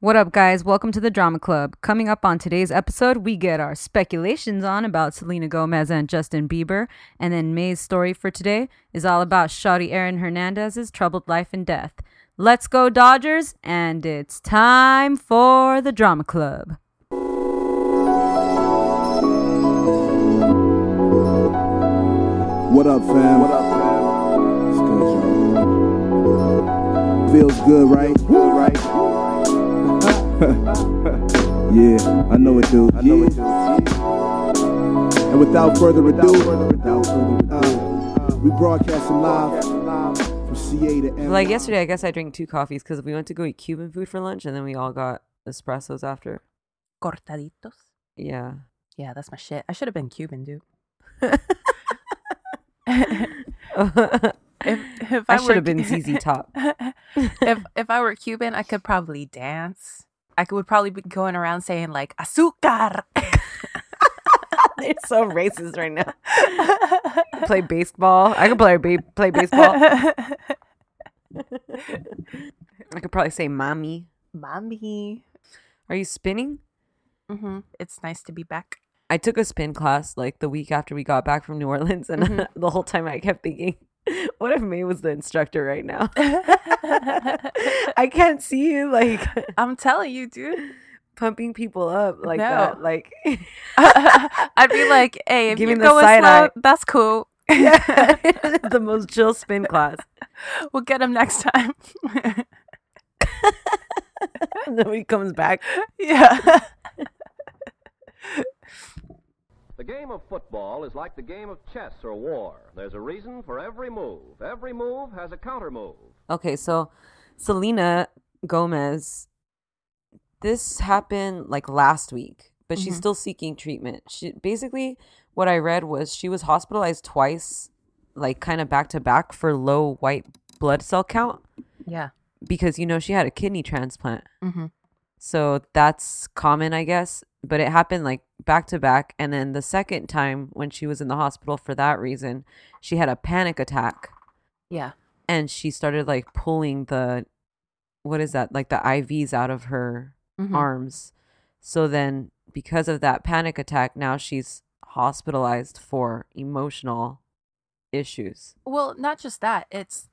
What up, guys? Welcome to the Drama Club. Coming up on today's episode, we get our speculations on about Selena Gomez and Justin Bieber. And then May's story for today is all about Shawty Aaron Hernandez's troubled life and death. Let's go, Dodgers! And it's time for the Drama Club. What up, fam? What up, fam? It's good, y'all. Feels good, right? Good, right? yeah, I know it, do. I know it, do. And without further ado, uh, we broadcasting live from CA to M. Well, Like yesterday, I guess I drank two coffees because we went to go eat Cuban food for lunch, and then we all got espressos after. cortaditos. Yeah, Yeah, that's my shit. I should have been Cuban, dude. I, If, if should have Cu- been ZZ Top. if if I were Cuban, I could probably dance. I could, would probably be going around saying like "azúcar." They're so racist right now. Play baseball. I could play ba- play baseball. Oh. I could probably say "mommy." Mommy. Are you spinning? hmm It's nice to be back. I took a spin class like the week after we got back from New Orleans, and the whole time I kept thinking, "What if May was the instructor right now?" I can't see you like I'm telling you, dude. pumping people up like that. No. Like, I'd be like, "Hey, if Give me you're the going side slow, eye. that's cool. the most chill spin class. We'll get him next time." And then he comes back. yeah. The game of football is like the game of chess or war. There's a reason for every move. Every move has a counter move. Okay, so Selena Gomez, this happened like last week, but she's still seeking treatment. She basically what I read was she was hospitalized twice, like kind of back to back for low white blood cell count Yeah. because you know she had a kidney transplant. Mhm. So that's common, I guess. But it happened like back to back. And then the second time when she was in the hospital for that reason, she had a panic attack Yeah. and she started like pulling the, what is that, like the IVs out of her Mhm. arms. So then because of that panic attack, now she's hospitalized for emotional issues. Well, not just that. It's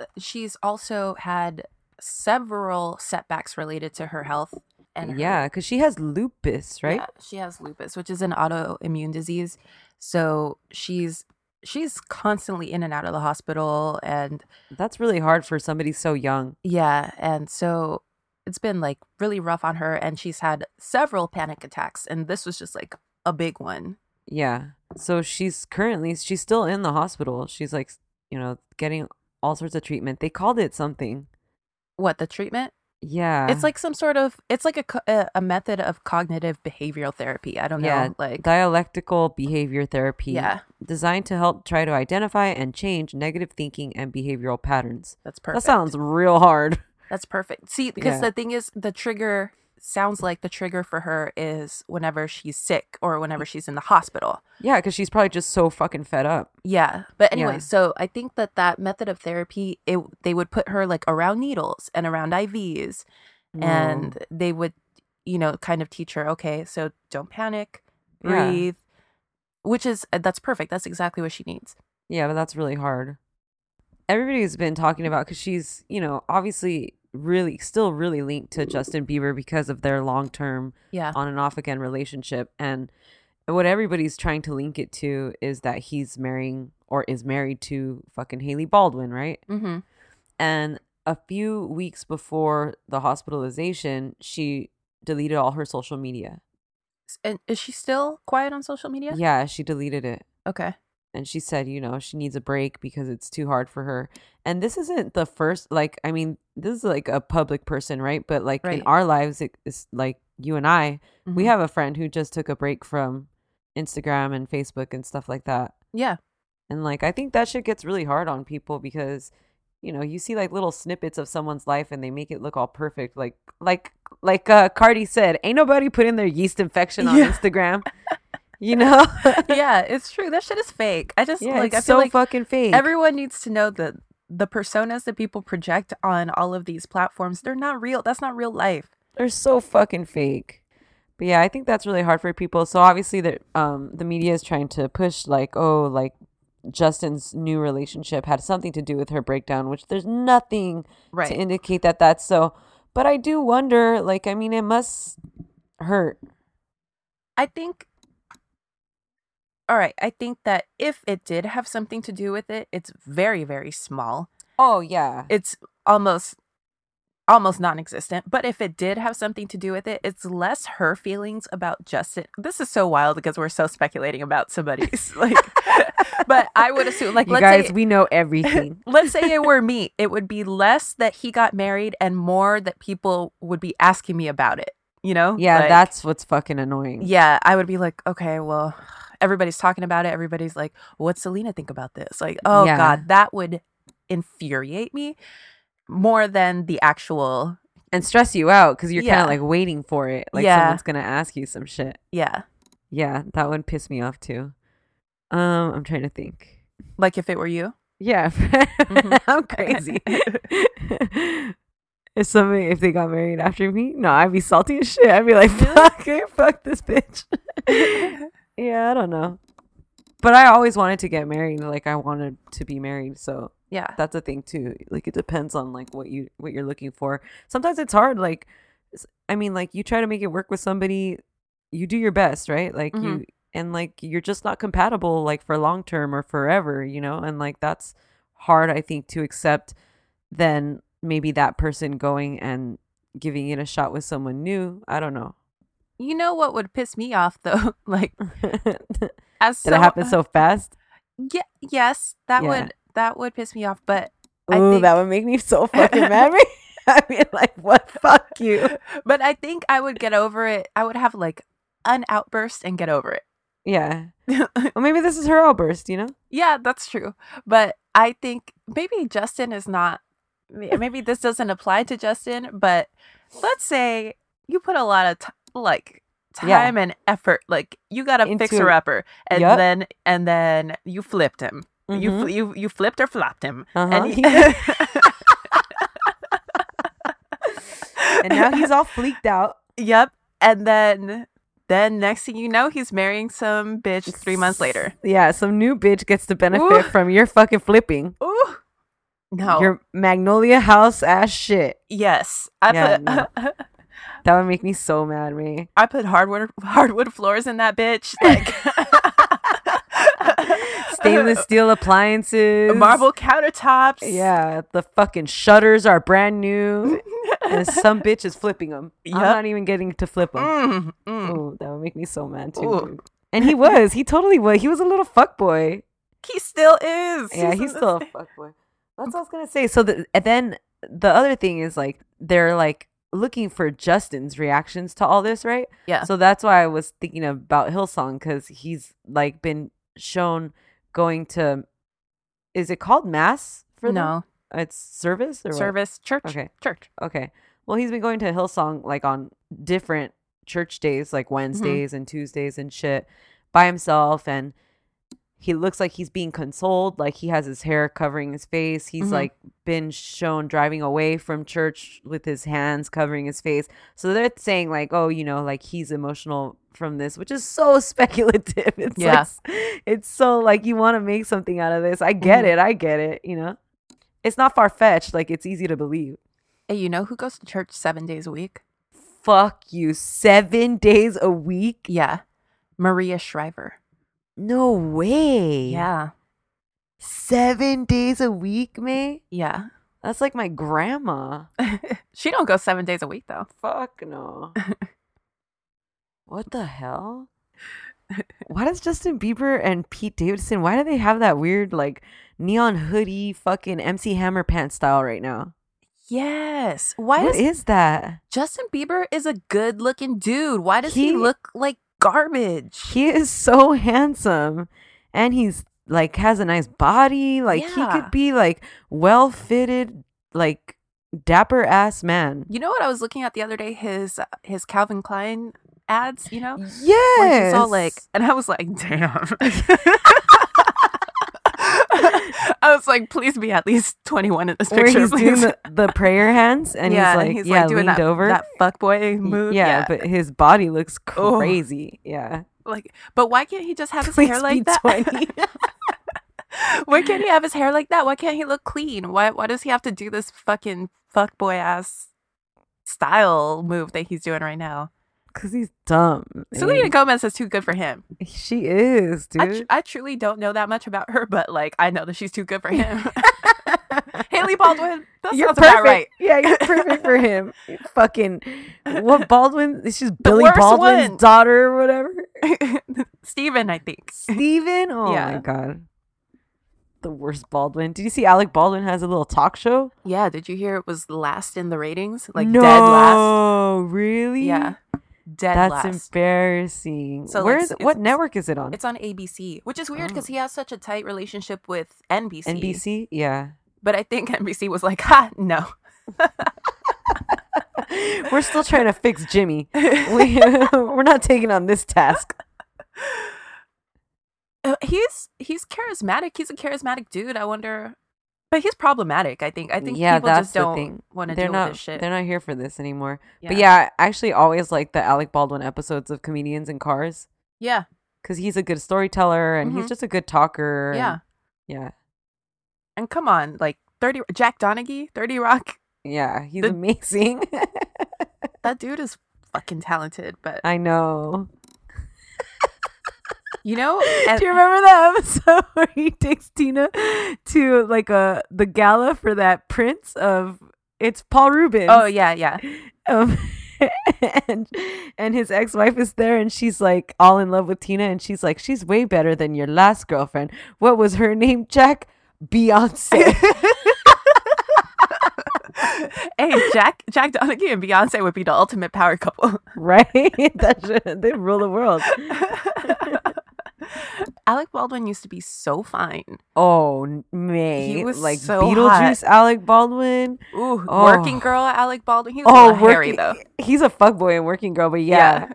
uh, she's also had several setbacks related to her health and her- yeah, because she has lupus, right? Yeah, she has lupus, which is an autoimmune disease. So she's she's constantly in and out of the hospital and That's really hard for somebody so young. yeah, and so it's been like really rough on her and she's had several panic attacks and this was just like a big one. Yeah. So she's currently she's still in the hospital. She's like, s- you know, getting all sorts of treatment. They called it something. What, the treatment? Yeah. It's like some sort of it's like a co- a, a method of cognitive behavioral therapy. I don't yeah, know, Oh, like dialectical behavior therapy. Yeah. Designed to help try to identify and change negative thinking and behavioral patterns. that's perfect. That sounds real hard. That's perfect. See, because Yeah. the thing is, the trigger sounds like the trigger for her is whenever she's sick or whenever she's in the hospital. Yeah, because she's probably just so fucking fed up. Yeah. But anyway, Yeah. so I think that that method of therapy, it they would put her like around needles and around IVs, and they would, you know, kind of teach her, okay, so don't panic, Yeah. breathe, which is uh, that's perfect. That's exactly what she needs. Yeah, but that's really hard. Everybody's been talking about because she's, you know, obviously really still really linked to Justin Bieber because of their long term Yeah. on and off again relationship. And what everybody's trying to link it to is that he's marrying or is married to fucking Haley Baldwin, right? Mm-hmm. And a few weeks before the hospitalization, she deleted all her social media. And is she still quiet on social media? Yeah, she deleted it. Okay. And she said, you know, she needs a break because it's too hard for her. And this isn't the first, like, I mean, this is like a public person, right? But like Right. in our lives, it- it's like you and I, we Mhm. have a friend who just took a break from Instagram and Facebook and stuff like that. Yeah. And like I think that shit gets really hard on people because you know, you see like little snippets of someone's life and they make it look all perfect like like like uh Cardi said, ain't nobody putting their yeast infection on Yeah. Instagram. You know? yeah, it's true. That shit is fake. I just yeah, like it's I feel so like fucking fake. everyone needs to know that the personas that people project on all of these platforms, they're not real. That's not real life. They're so fucking fake. But yeah, I think that's really hard for people. So obviously, the um the media is trying to push like, oh, like Justin's new relationship had something to do with her breakdown, which there's nothing Right. to indicate that that's so. But I do wonder, like, I mean, it must hurt. I think. All right, I think that if it did have something to do with it, it's very very small. Oh yeah, It's almost almost non-existent. But if it did have something to do with it, it's less her feelings about Justin. This is so wild because we're so speculating about somebody's like but I would assume like you let's guys, say, we know everything. let's say it were me, it would be less that he got married and more that people would be asking me about it. You know? yeah. Like, that's what's fucking annoying. yeah. I would be like, okay, well, everybody's talking about it. Everybody's like, what's Selena think about this? Like, oh Yeah. god, that would infuriate me more than the actual. and stress you out because you're kind Yeah. of like waiting for it. Like Yeah. someone's gonna ask you some shit. Yeah, Yeah, that would piss me off too. Um, I'm trying to think. like if it were you. Yeah, I'm crazy. if somebody if they got married after me, no, I'd be salty as shit. I'd be like, fuck, it, fuck this bitch. yeah, I don't know. But I always wanted to get married. Like I wanted to be married, so Yeah. that's a thing too like it depends on like what you what you're looking for sometimes it's hard like s- i mean like you try to make it work with somebody you do your best right like you Mm-hmm. and like you're just not compatible like for long term or forever you know and like that's hard i think to accept than maybe that person going and giving it a shot with someone new i don't know you know what would piss me off though? like did as it happen so- so uh, fast Yeah, yes, that Yeah. would that would piss me off, but I Ooh, think- that would make me so fucking mad i mean like what fuck you but I think I would get over it. I would have like an outburst and get over it. Yeah. well, maybe this is her outburst, you know? Yeah, that's true. But I think maybe Justin is not may- maybe this doesn't apply to Justin, but let's say you put a lot of t- like Yeah. time and effort like you got a Into- fixer upper and Yup. then and then you flipped him. You Mhm. fl- you you flipped or flopped him. Uh-huh. And he- and now he's all freaked out. Yep. And then then next thing you know, he's marrying some bitch three months later. Yeah, some new bitch gets to benefit Ooh. from your fucking flipping. Ooh. No. Your Magnolia House ass shit. yes. I Yeah, put no. That would make me so mad, Ray. I put hardwood hardwood floors in that bitch. Like Stainless steel appliances. marble countertops. Yeah, the fucking shutters are brand new. and some bitch is flipping them. Yup. I'm not even getting to flip them. Mm, mm. Ooh, that would make me so mad too. Ooh. dude. And he was. He totally was. He was a little fuckboy. He still is. Yeah, he's still a fuckboy. That's what I was gonna say. So the, and then the other thing is like they're like looking for Justin's reactions to all this, right? Yeah. So that's why I was thinking about Hillsong because he's like been shown going to, is it called mass for them? no It's service or what? service church. Okay. Church. Okay. Well, he's been going to Hillsong like on different church days, like Wednesdays and Tuesdays and shit, by himself. And he looks like he's being consoled. Like he has his hair covering his face. He's Mhm. like been shown driving away from church with his hands covering his face. So they're saying, like, oh, you know, like he's emotional from this, which is so speculative. It's Yeah. like, s- it's so like you want to make something out of this. I get Mhm. it. I get it. You know, it's not far fetched. Like it's easy to believe. Hey, you know who goes to church seven days a week? Fuck you. Seven days a week? Yeah. Maria Shriver. No way. Yeah. Seven days a week, May? Yeah. That's like my grandma. she don't go seven days a week though. Fuck no. what the hell? Why does Justin Bieber and Pete Davidson, why do they have that weird like neon hoodie fucking MC Hammer pants style right now? Yes. Why What does is that? Justin Bieber is a good looking dude? Why does he, He- look like garbage? he is so handsome and he's like has a nice body like he Yeah. could be like well fitted like dapper ass man You know what I was looking at the other day? His uh, his Calvin Klein ads. You know, where yes he's all like, and I was like, damn. I was like, please be at least 21 in this Where picture, he's doing please. the, the prayer hands and yeah, he's like, and he's yeah, like doing leaned that, over. that fuckboy move. yeah, but his body looks Oh. crazy. Yeah. like, but why can't he just have his Please hair be like that? 20. why can't he have his hair like that? Why can't he look clean? Why why does he have to do this fucking fuckboy ass style move that he's doing right now? Cause he's dumb. I Selena mean, Gomez is too good for him. she is, I, tr- dude. I truly don't know that much about her, but like I know that she's too good for him. Haley Baldwin, that sounds about right. Yeah, you're perfect for him. You fucking what Baldwin? This is Billy worst Baldwin's one. daughter or whatever. Steven, I think. Steven? Oh Yeah. my god. The worst Baldwin. Did you see Alec Baldwin has a little talk show? Yeah, did you hear it was last in the ratings? Like dead last. No, really? Yeah. Dead That's last. embarrassing. So, like, Where's it's- what it's- network is it on? It's on ABC, which is weird Oh. because he has such a tight relationship with NBC. NBC? Yeah. But I think NBC was like, ha, no. We're still trying to fix Jimmy. We, we're not taking on this task. Uh, He's he's charismatic. He's a charismatic dude. I wonder, but he's problematic. I think. I think yeah, people that's just the thing. don't want to They're deal not, with this shit. They're not here for this anymore. But Yeah. yeah, I actually always like the Alec Baldwin episodes of comedians in cars yeah, because he's a good storyteller and he's just a good talker. and- yeah. Mm-hmm. yeah, And come on, like thirty Jack Donaghy, Thirty Rock. yeah. He's The- amazing. That dude is fucking talented. But I know. you know, and- Do you remember that episode where he takes Tina to like a the gala for that prince of it's Paul Rubens. oh yeah, yeah. Um, and and his ex-wife is there and she's like all in love with Tina and she's like she's way better than your last girlfriend. What was her name, Jack? Beyonce. hey, Jack Jack Donaghy and Beyonce would be the ultimate power couple. right? that should, they rule the world. Alec Baldwin used to be so fine. Oh, man. He was like so Beetlejuice Alec Baldwin. Ooh, Oh. working girl Alec Baldwin. He was oh, a little hairy though. He's a fuckboy and working girl, but yeah.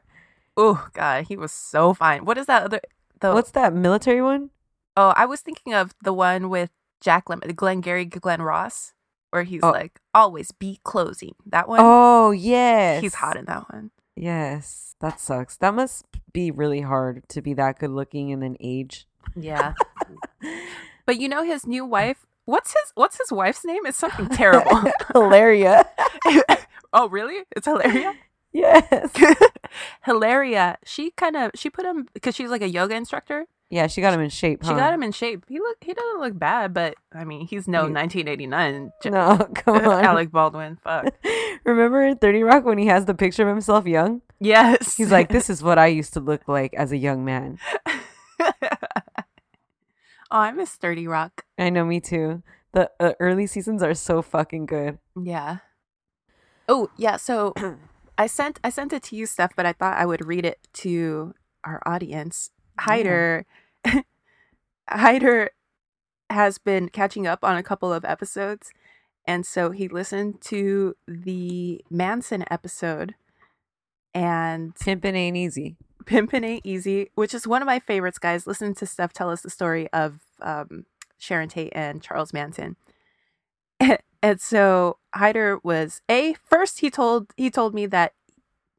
Ooh, God, he was so fine. What is that other? The What's that military one? oh, I was thinking of the one with Jack Lem- Glenn Gary, Glenn Ross, where he's Oh. like always be closing. That one. Oh, yes. he's hot in that one. Yes. That sucks. That must be really hard to be that good looking and then age. Yeah, but you know his new wife. What's his What's his wife's name? It's something terrible. Hilaria. oh, really? It's Hilaria. Yes. Hilaria. She kind of she put him because she's like a yoga instructor. Yeah, she got him in shape. She huh? got him in shape. He look he doesn't look bad, but I mean he's no He- 1989 J- No, come on. Alec Baldwin. Fuck. Remember in 30 Rock when he has the picture of himself young? Yes. He's like, This is what I used to look like as a young man. Oh, I miss 30 Rock. I know, me too. The uh, early seasons are so fucking good. Yeah. Oh, yeah, so I sent I sent it to you Steph, but I thought I would read it to our audience. Hyder Hyder has been catching up on a couple of episodes and so he listened to the Manson episode and Pimpin' ain't easy. Pimpin' Ain't Easy, which is one of my favorites, guys. Listen to Steph tell us the story of um, Sharon Tate and Charles Manson. and so Hyder was a first. He told he told me that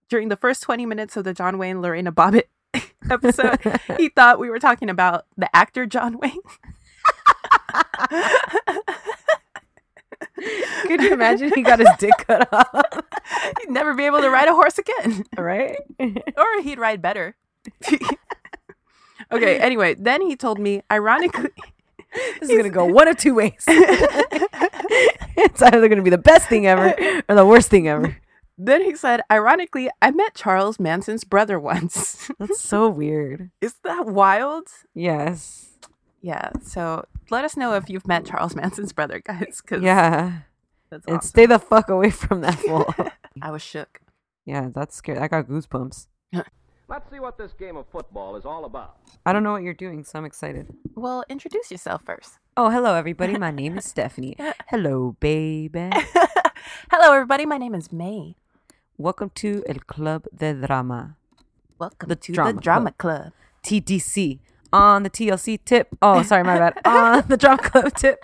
during the first twenty minutes of the John Wayne Lorena Bobbitt episode, he thought we were talking about the actor John Wayne. Could you imagine he got his dick cut off? He'd never be able to ride a horse again. Right? or he'd ride better. okay, anyway, then he told me, ironically, This is going to go one of two ways. it's either going to be the best thing ever or the worst thing ever. then he said, ironically, I met Charles Manson's brother once. That's so weird. Is that wild? Yes. Yeah, so let us know if you've met Charles Manson's brother, guys, because Yeah. that's And awesome. stay the fuck away from that fool. I was shook. yeah, that's scary. I got goosebumps. Let's see what this game of football is all about. I don't know what you're doing, so I'm excited. Well, introduce yourself first. Oh, hello, everybody. My name is Stephanie. Hello, baby. Hello, everybody. My name is May. Welcome to El Club de Drama, Welcome The to Drama the Drama Club. TDC. on the TLC tip. Oh, sorry, my bad. on the drama club tip.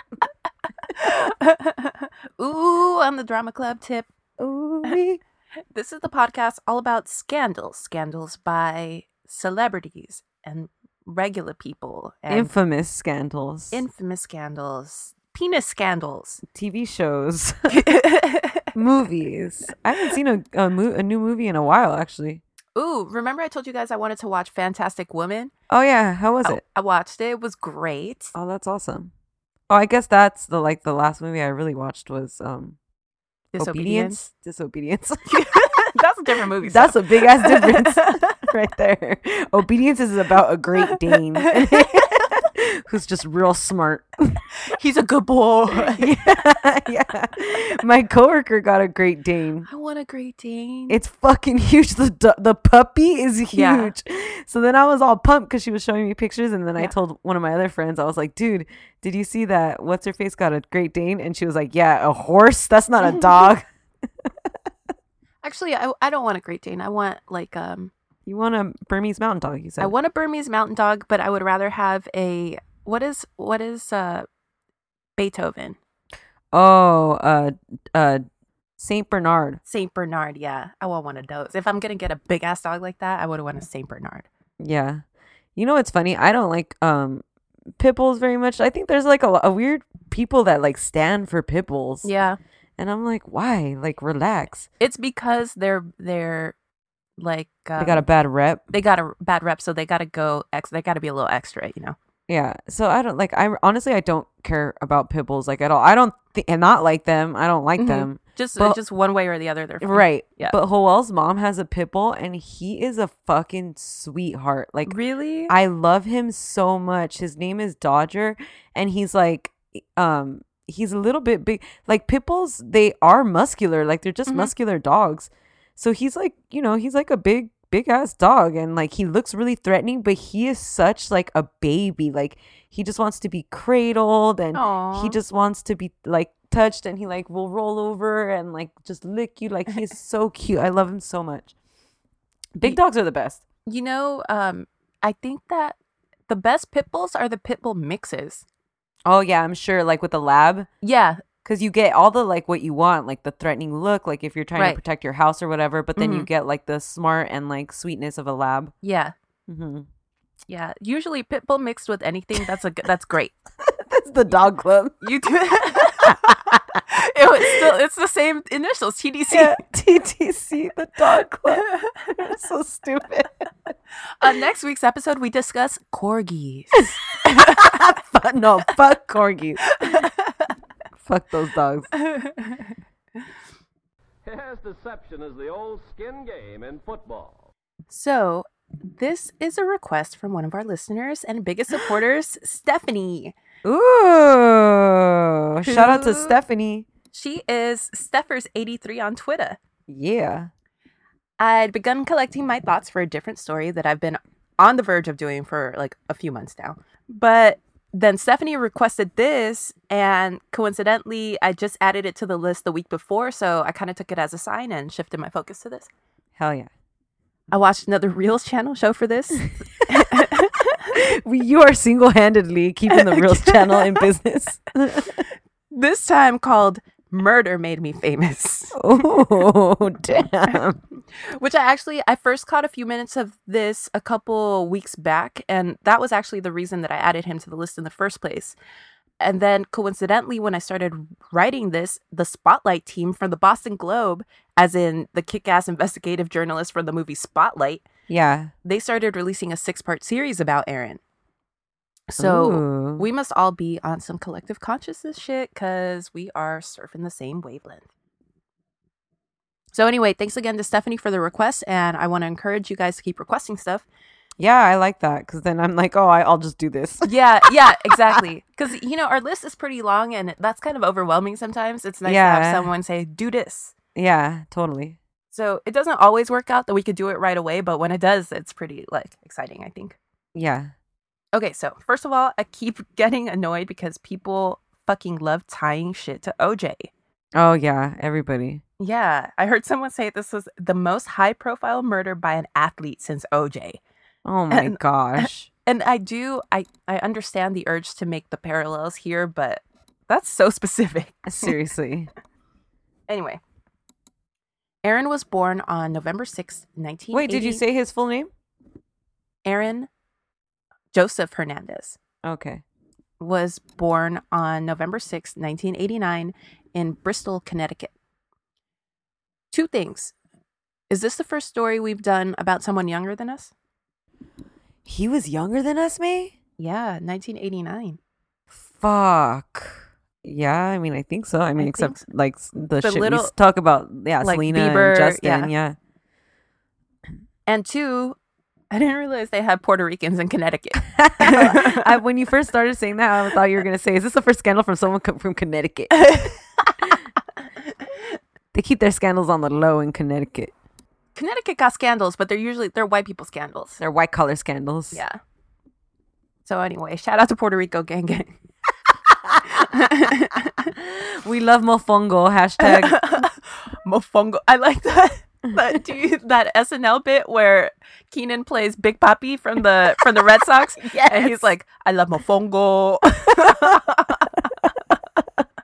Ooh, on the drama club tip. Ooh, wee. This is the podcast all about scandals, scandals by celebrities and regular people, and Infamous scandals. infamous scandals, penis scandals. TV shows, movies. I haven't seen a a, mo- a new movie in a while, actually. Ooh, remember I told you guys I wanted to watch Fantastic Woman? Oh yeah, how was it? I watched it. It was great. Oh, that's awesome. Oh, I guess that's the like the last movie I really watched was um Disobedience. Disobedience. That's a different movie. that's a big ass difference right there. Obedience is about a Great Dane who's just real smart. He's a good boy. yeah, yeah. My coworker got a Great Dane. I want a Great Dane. It's fucking huge. The du- the puppy is huge. Yeah. So then I was all pumped because she was showing me pictures, and then I Yeah. told one of my other friends, I was like, "Dude, did you see that? What's her face got a Great Dane?" And she was like, "Yeah, a horse. That's not a dog. Actually, I, I don't want a Great Dane. I want like um you want a Burmese mountain dog?" He said. I want a Burmese mountain dog, but I would rather have a what is what is uh Beethoven oh, uh, uh, Saint Bernard. Saint Bernard. Yeah, I want one of those. If I'm gonna get a big ass dog like that, I would want a Saint Bernard. Yeah. You know what's funny? I don't like um pit bulls very much. I think there's like a, lo- a weird people that like stand for pit bulls. Yeah, And I'm like, why? Like, relax. it's because they're they're like um, they got a bad rep. they got a bad rep, so they got to go ex. They got to be a little extra, you know. Yeah. So I don't like. I honestly, I don't care about pit bulls like at all. I don't th- and not like them. I don't like Mhm. them. Just Well- just one way or the other. They're fine. Right. Yeah. But Hoel's mom has a pit bull, and he is a fucking sweetheart. Like, Really? I love him so much. His name is Dodger, and he's like, um, he's a little bit big. Like pit bulls, they are muscular. Like they're just Mhm. muscular dogs. So he's like, you know, he's like a big, big ass dog, and like he looks really threatening, but he is such like a baby. Like he just wants to be cradled, and he Aw. just wants to be like touched, and he like will roll over and like just lick you. Like he's so cute. I love him so much. Big Ye- dogs are the best. You know, um, I think that the best pit bulls are the pit bull mixes. Oh yeah, I'm sure. Like with the lab, Yeah, because you get all the like what you want like the threatening look like if you're trying Right. to protect your house or whatever but then you Mhm. get like the smart and like sweetness of a lab yeah, mm-hmm. yeah. Usually pit bull mixed with anything that's a g- that's great. that's the dog club You do. it was still it's the same initials TDC. yeah, ttc the dog club You're so stupid On next week's episode, we discuss corgis. Fuck- no fuck corgis fuck those dogs Yes, deception is the old skin game in football. So, this is a request from one of our listeners and biggest supporters, Stephanie. ooh shout out to Who- stephanie She is Steffers83 on Twitter. yeah I'd begun collecting my thoughts for a different story that I've been on the verge of doing for like a few months now. But then Stephanie requested this, and coincidentally, I just added it to the list the week before. So I kind of took it as a sign and shifted my focus to this. hell yeah I watched another Reels channel show for this. we, you are single-handedly keeping the reels channel in business this time called Murder Made Me Famous. oh damn which I actually I first caught a few minutes of this a couple weeks back, and that was actually the reason that I added him to the list in the first place. And then coincidentally, when I started writing this, the Spotlight team from the Boston Globe, as in the kick-ass investigative journalist from the movie Spotlight, yeah they started releasing a six-part series about Aaron. So Ooh. we must all be on some collective consciousness shit because we are surfing the same wavelength. So anyway, thanks again to Stephanie for the request, and I want to encourage you guys to keep requesting stuff. Yeah, I like that because then I'm like, oh, I, I'll just do this. Yeah, yeah, exactly. Because you know our list is pretty long, and that's kind of overwhelming sometimes. It's nice to Yeah. have someone say, "Do this." yeah, totally. So it doesn't always work out that we could do it right away, but when it does, it's pretty like exciting. I think. Yeah. Okay, so first of all, I keep getting annoyed because people fucking love tying shit to OJ. Oh yeah, everybody. Yeah, I heard someone say this was the most high profile murder by an athlete since OJ. Oh my And- gosh. And I do I I understand the urge to make the parallels here, but that's so specific. Seriously. Anyway, Aaron was born on November 6th, 1980. Wait, did you say his full name? Aaron Joseph Hernandez Okay. was born on November 6th, 1989 in Bristol, Connecticut. Two things. Is this the first story we've done about someone younger than us? He was younger than us, May? Yeah, 1989. Fuck. Yeah, I mean, I think so. I mean, think except so. like s- the, The shit little- we s- talk about, yeah, like Selena Bieber, and Justin, yeah. yeah. And two, I didn't realize they had Puerto Ricans in Connecticut. I, when you first started saying that, I thought you were going to say, is this the first scandal from someone co- from Connecticut? they keep their scandals on the low in Connecticut. Connecticut got scandals, but they're usually they're white people scandals. They're white collar scandals. Yeah. So anyway, shout out to Puerto Rico gang gang. We love mofongo. Hashtag. Mofongo. I like that. That, do you, that SNL bit where Keenan plays Big Papi from the from the Red Sox, and he's like, "I love mofongo."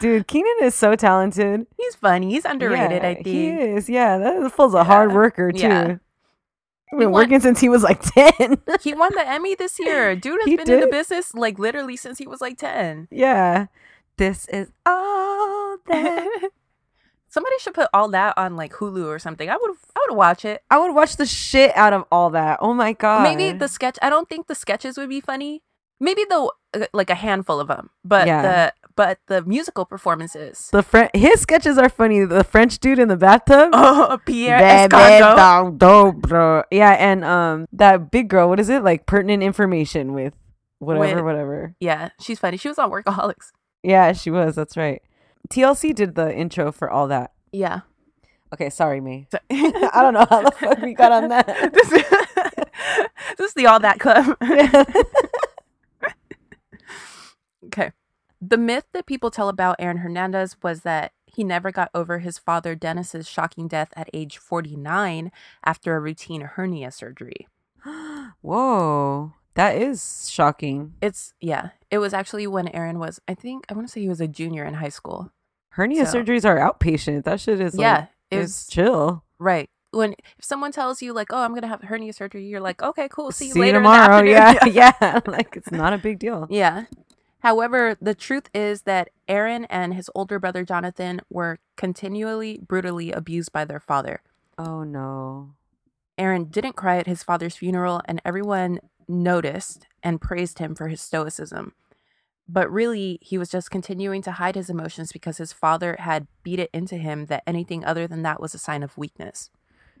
Dude, Keenan is so talented. he's funny. He's underrated. I Yeah, think He is. Yeah. That fool's a hard worker, too. Yeah. He's been won- working since he was like 10. he won the Emmy this year. Dude has He been in the did? business like literally since he was like ten. yeah. This is all that. Somebody should put all that on like Hulu or something. I would I would watch it. I would watch the shit out of all that. Oh my God. Maybe the sketch. I don't think the sketches would be funny. Maybe the uh, like a handful of them, but Yeah. the but the musical performances. The French his sketches are funny. The French dude in the bathtub. Oh, Pierre Bad, bad, Escargot. dog, dog, bro. Yeah, and um that big girl, what is it? Like pertinent information with whatever, With- whatever. Yeah, she's funny. She was on Workaholics. Yeah, she was, that's right. TLC did the intro for all that. Yeah. Okay, sorry me. this, I don't know how the fuck we got on that. this is the All That Club. okay. The myth that people tell about Aaron Hernandez was that he never got over his father Dennis's shocking death at age 49 after a routine hernia surgery. Whoa. That is shocking. It's yeah. It was actually when Aaron was I think I want to say he was a junior in high school. Hernia So- surgeries are outpatient. That shit is like, yeah, it it's was chill. right. When if someone tells you like, "Oh, I'm gonna have hernia surgery," you're like, "Okay, cool. See you See you later in the tomorrow. afternoon." Yeah, yeah. Like it's not a big deal. Yeah. However, the truth is that Aaron and his older brother Jonathan were continually brutally abused by their father. Oh no. Aaron didn't cry at his father's funeral, and everyone noticed and praised him for his stoicism. But really, he was just continuing to hide his emotions because his father had beat it into him that anything other than that was a sign of weakness.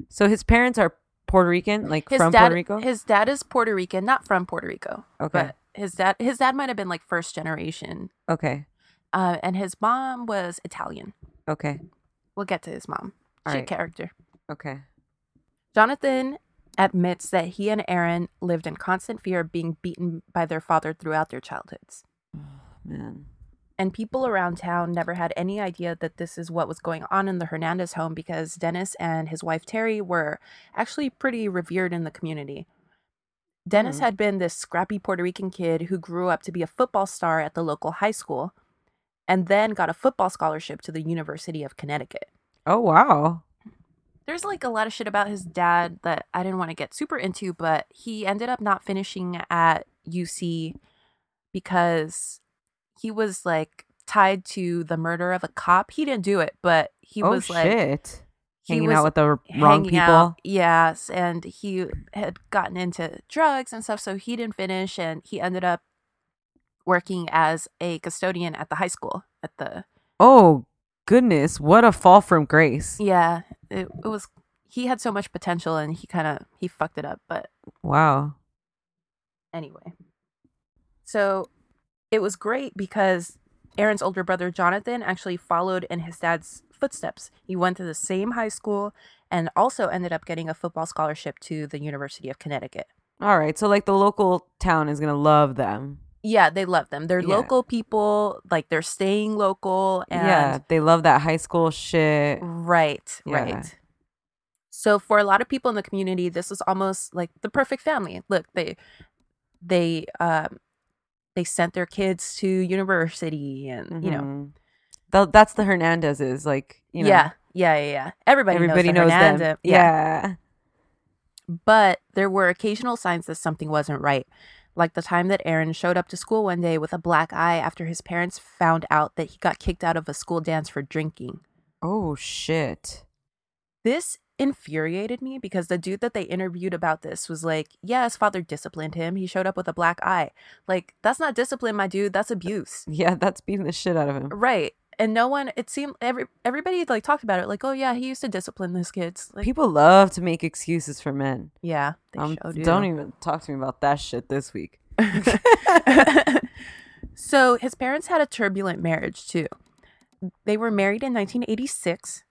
So his parents are Puerto Rican, like His from dad, Puerto Rico. his dad is Puerto Rican, not from Puerto Rico. Okay. but his dad, his dad might have been like first generation, okay, uh, and his mom was Italian. okay, We'll get to his mom. All She a right. character. okay. Jonathan admits that he and Aaron lived in constant fear of being beaten by their father throughout their childhoods. Man, And people around town never had any idea that this is what was going on in the Hernandez home because Dennis and his wife Terry were actually pretty revered in the community. Dennis had been this scrappy Puerto Rican kid who grew up to be a football star at the local high school and then got a football scholarship to the University of Connecticut. oh wow, there's like a lot of shit about his dad that I didn't want to get super into, but he ended up not finishing at UC because he was like tied to the murder of a cop. He didn't do it, but he oh was like shit, he hanging was out with the r- wrong hanging people. out. Yes, and he had gotten into drugs and stuff, so he didn't finish, and he ended up working as a custodian at the high school at the Oh goodness, what a fall from grace! yeah it, it was he had so much potential and he kind of he fucked it up but Wow. anyway. So it was great because Aaron's older brother Jonathan actually followed in his dad's footsteps. He went to the same high school and also ended up getting a football scholarship to the University of Connecticut. All right, so like the local town is gonna love them. Yeah, they love them. They're Yeah. local people, like they're staying local and yeah, they love that high school shit. right, Yeah. right. So for a lot of people in the community, this was almost like the perfect family. Look, they they um they sent their kids to university and you know Mhm. Tha- that's the Hernandezes. Like, you know, yeah yeah yeah yeah everybody everybody knows, knows, the them. Hernandez. Yeah. but there were occasional signs that something wasn't right. Like the time that Aaron showed up to school one day with a black eye after his parents found out that he got kicked out of a school dance for drinking. Oh shit. This infuriated me because the dude that they interviewed about this was like, Yeah, his father disciplined him. He showed up with a black eye. Like, that's not discipline, my dude. That's abuse. Yeah, that's beating the shit out of him. Right. And no one, it seemed, every, everybody like talked about it. Like, oh, yeah, he used to discipline his kids. Like, People love to make excuses for men. yeah, they Um, sure do. don't even talk to me about that shit this week. so his parents had a turbulent marriage too. They were married in 1986,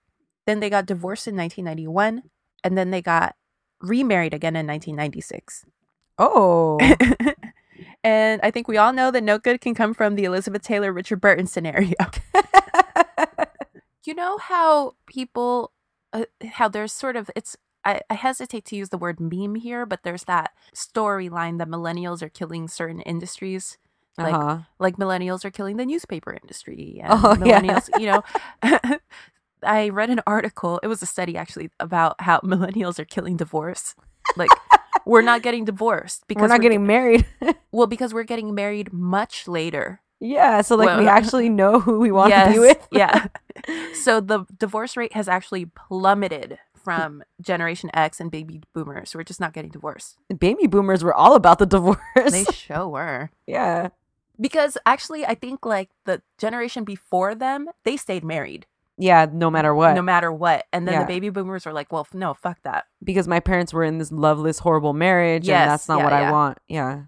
then they got divorced in 1991, and then they got remarried again in 1996. Oh, And I think we all know that no good can come from the Elizabeth Taylor Richard Burton scenario. you know how people, uh, how there's sort of, it's, I, I hesitate to use the word meme here, but there's that storyline that millennials are killing certain industries. Like, uh-huh. like millennials are killing the newspaper industry and Oh, yeah. millennials you know i read an article it was a study actually about how millennials are killing divorce like we're not getting divorced because we're not getting married. well because we're getting married much later yeah, so like we Well- actually know who we want to Yes, be with. yeah so the divorce rate has actually plummeted from generation x and baby boomers we're just not getting divorced Baby boomers were all about the divorce. they sure were yeah. because actually i think like the generation before them they stayed married Yeah, no matter what. no matter what. And then Yeah. the baby boomers were like, well, f- no, fuck that. because my parents were in this loveless, horrible marriage, Yes, and that's not yeah, what I yeah. want. Yeah.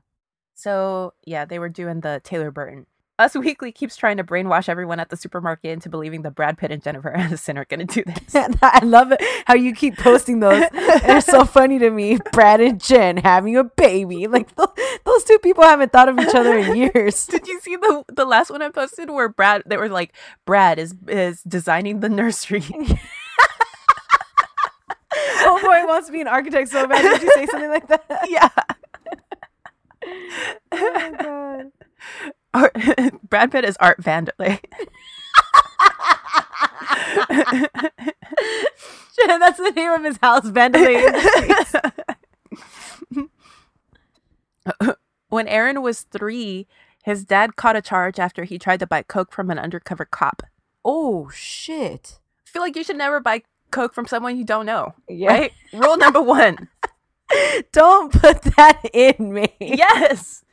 So yeah, they were doing the Taylor Burton. Us Weekly keeps trying to brainwash everyone at the supermarket into believing that Brad Pitt and Jennifer Aniston are going to do this. I love it how you keep posting those. They're so funny to me. Brad and Jen having a baby. Like th- those two people haven't thought of each other in years. Did you see the the last one I posted where Brad they were like Brad is is designing the nursery? Homeboy wants to be an architect so bad. Did you say something like that? yeah. Oh my God. Or- Brad Pitt is Art Vanderlei. Jen, that's the name of his house, Vandalay. When Aaron was 3, his dad caught a charge after he tried to buy coke from an undercover cop. oh shit. feel like you should never buy coke from someone you don't know. Yeah. Right? Rule number one. Don't put that in me. yes.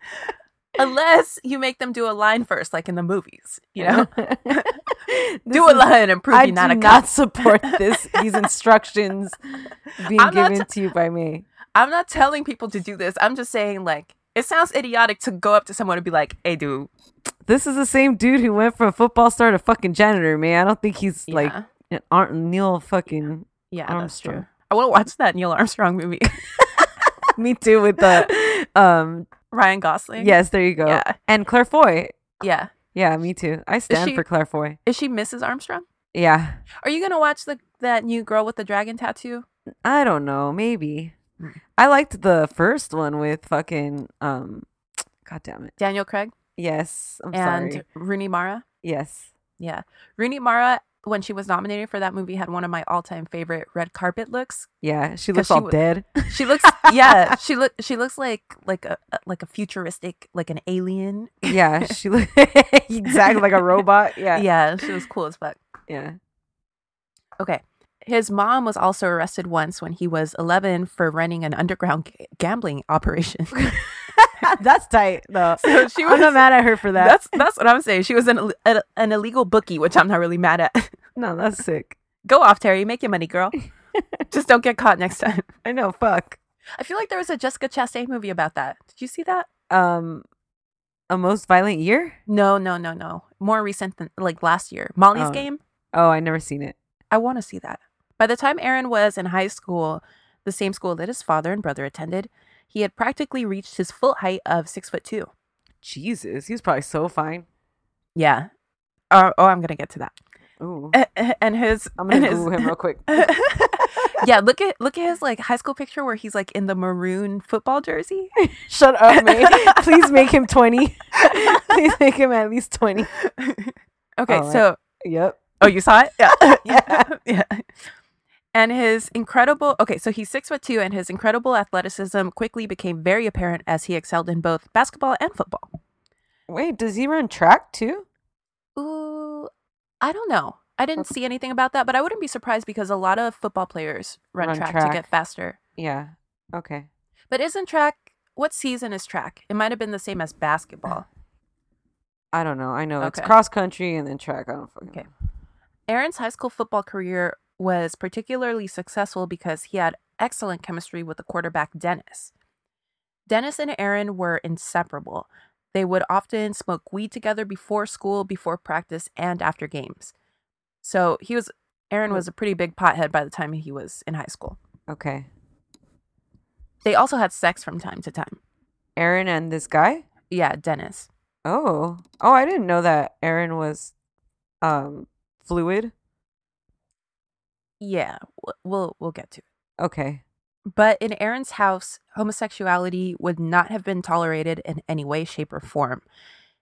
Unless you make them do a line first, like in the movies, you know, do a line and prove I you're not do a cop. not support this. These instructions being I'm not given to you by me. I'm not telling people to do this. I'm just saying, like, it sounds idiotic to go up to someone and be like, "Hey, dude, This is the same dude who went from football star to fucking janitor, man. I don't think he's like Yeah. an Aunt Neil fucking. yeah, Armstrong. that's true." I want to watch that Neil Armstrong movie, Me too with the um. Ryan Gosling. Yes, there you go. Yeah. And Claire Foy. yeah. Yeah, me too. I stand she- for Claire Foy. Is she Mrs. Armstrong? Yeah. Are you gonna watch the that new girl with the dragon tattoo? I don't know. Maybe. I liked the first one with fucking um. God damn it. Daniel Craig Yes. I'm and sorry. Rooney Mara. Yes. Yeah. Rooney Mara, when she was nominated for that movie, had one of my all time favorite red carpet looks. Yeah. She looks 'Cause she all wa- dead. She looks yeah, she look she looks like like a a- like a futuristic like an alien. Yeah, she looked exactly like a robot. Yeah. Yeah, she was cool as fuck. Yeah. Okay. His mom was also arrested once when he was 11 for running an underground g- gambling operation. That's tight though. So she I'm not was- mad at her for that. that's that's what I'm saying. She was an Ill- an- an illegal bookie, which I'm not really mad at. no, that's sick. Go off, Terry. Make your money, girl. Just don't get caught next time. I know, fuck. I feel like there was a Jessica Chastain movie about that. Did you see that? Um a most violent year? No, no, no, no. More recent than like last year. Molly's Oh. game. Oh, I never seen it. I want to see that. By the time Aaron was in high school, the same school that his father and brother attended, he had practically reached his full height of six foot two. Jesus, he was probably so fine. Yeah. Uh, oh, I'm gonna get to that. Ooh. And his I'm gonna and his, Google him real quick. yeah, look at look at his like high school picture where he's like in the maroon football jersey. Shut up, mate. Please make him 20. Please make him at least 20. Okay, Oh, I- so Yep. oh, you saw it? Yeah, Yeah. yeah. And his incredible okay, so he's six foot two, and his incredible athleticism quickly became very apparent as he excelled in both basketball and football. Wait, does he run track too? Ooh, I don't know. I didn't see anything about that, but I wouldn't be surprised because a lot of football players run, Run track, track. to get faster. Yeah. Okay. But isn't track what season is track? It might have been the same as basketball. I don't know. I know it's Okay. cross country and then track. I don't fucking Okay. know. Aaron's high school football career was particularly successful because he had excellent chemistry with the quarterback Dennis. Dennis and Aaron were inseparable. They would often smoke weed together before school, before practice, and after games. So he was Aaron was a pretty big pothead by the time he was in high school. Okay. They also had sex from time to time. Aaron and this guy? Yeah, Dennis. Oh. Oh, I didn't know that Aaron was um fluid. Yeah, w- we'll we'll get to it. Okay. But in Aaron's house, homosexuality would not have been tolerated in any way, shape, or form.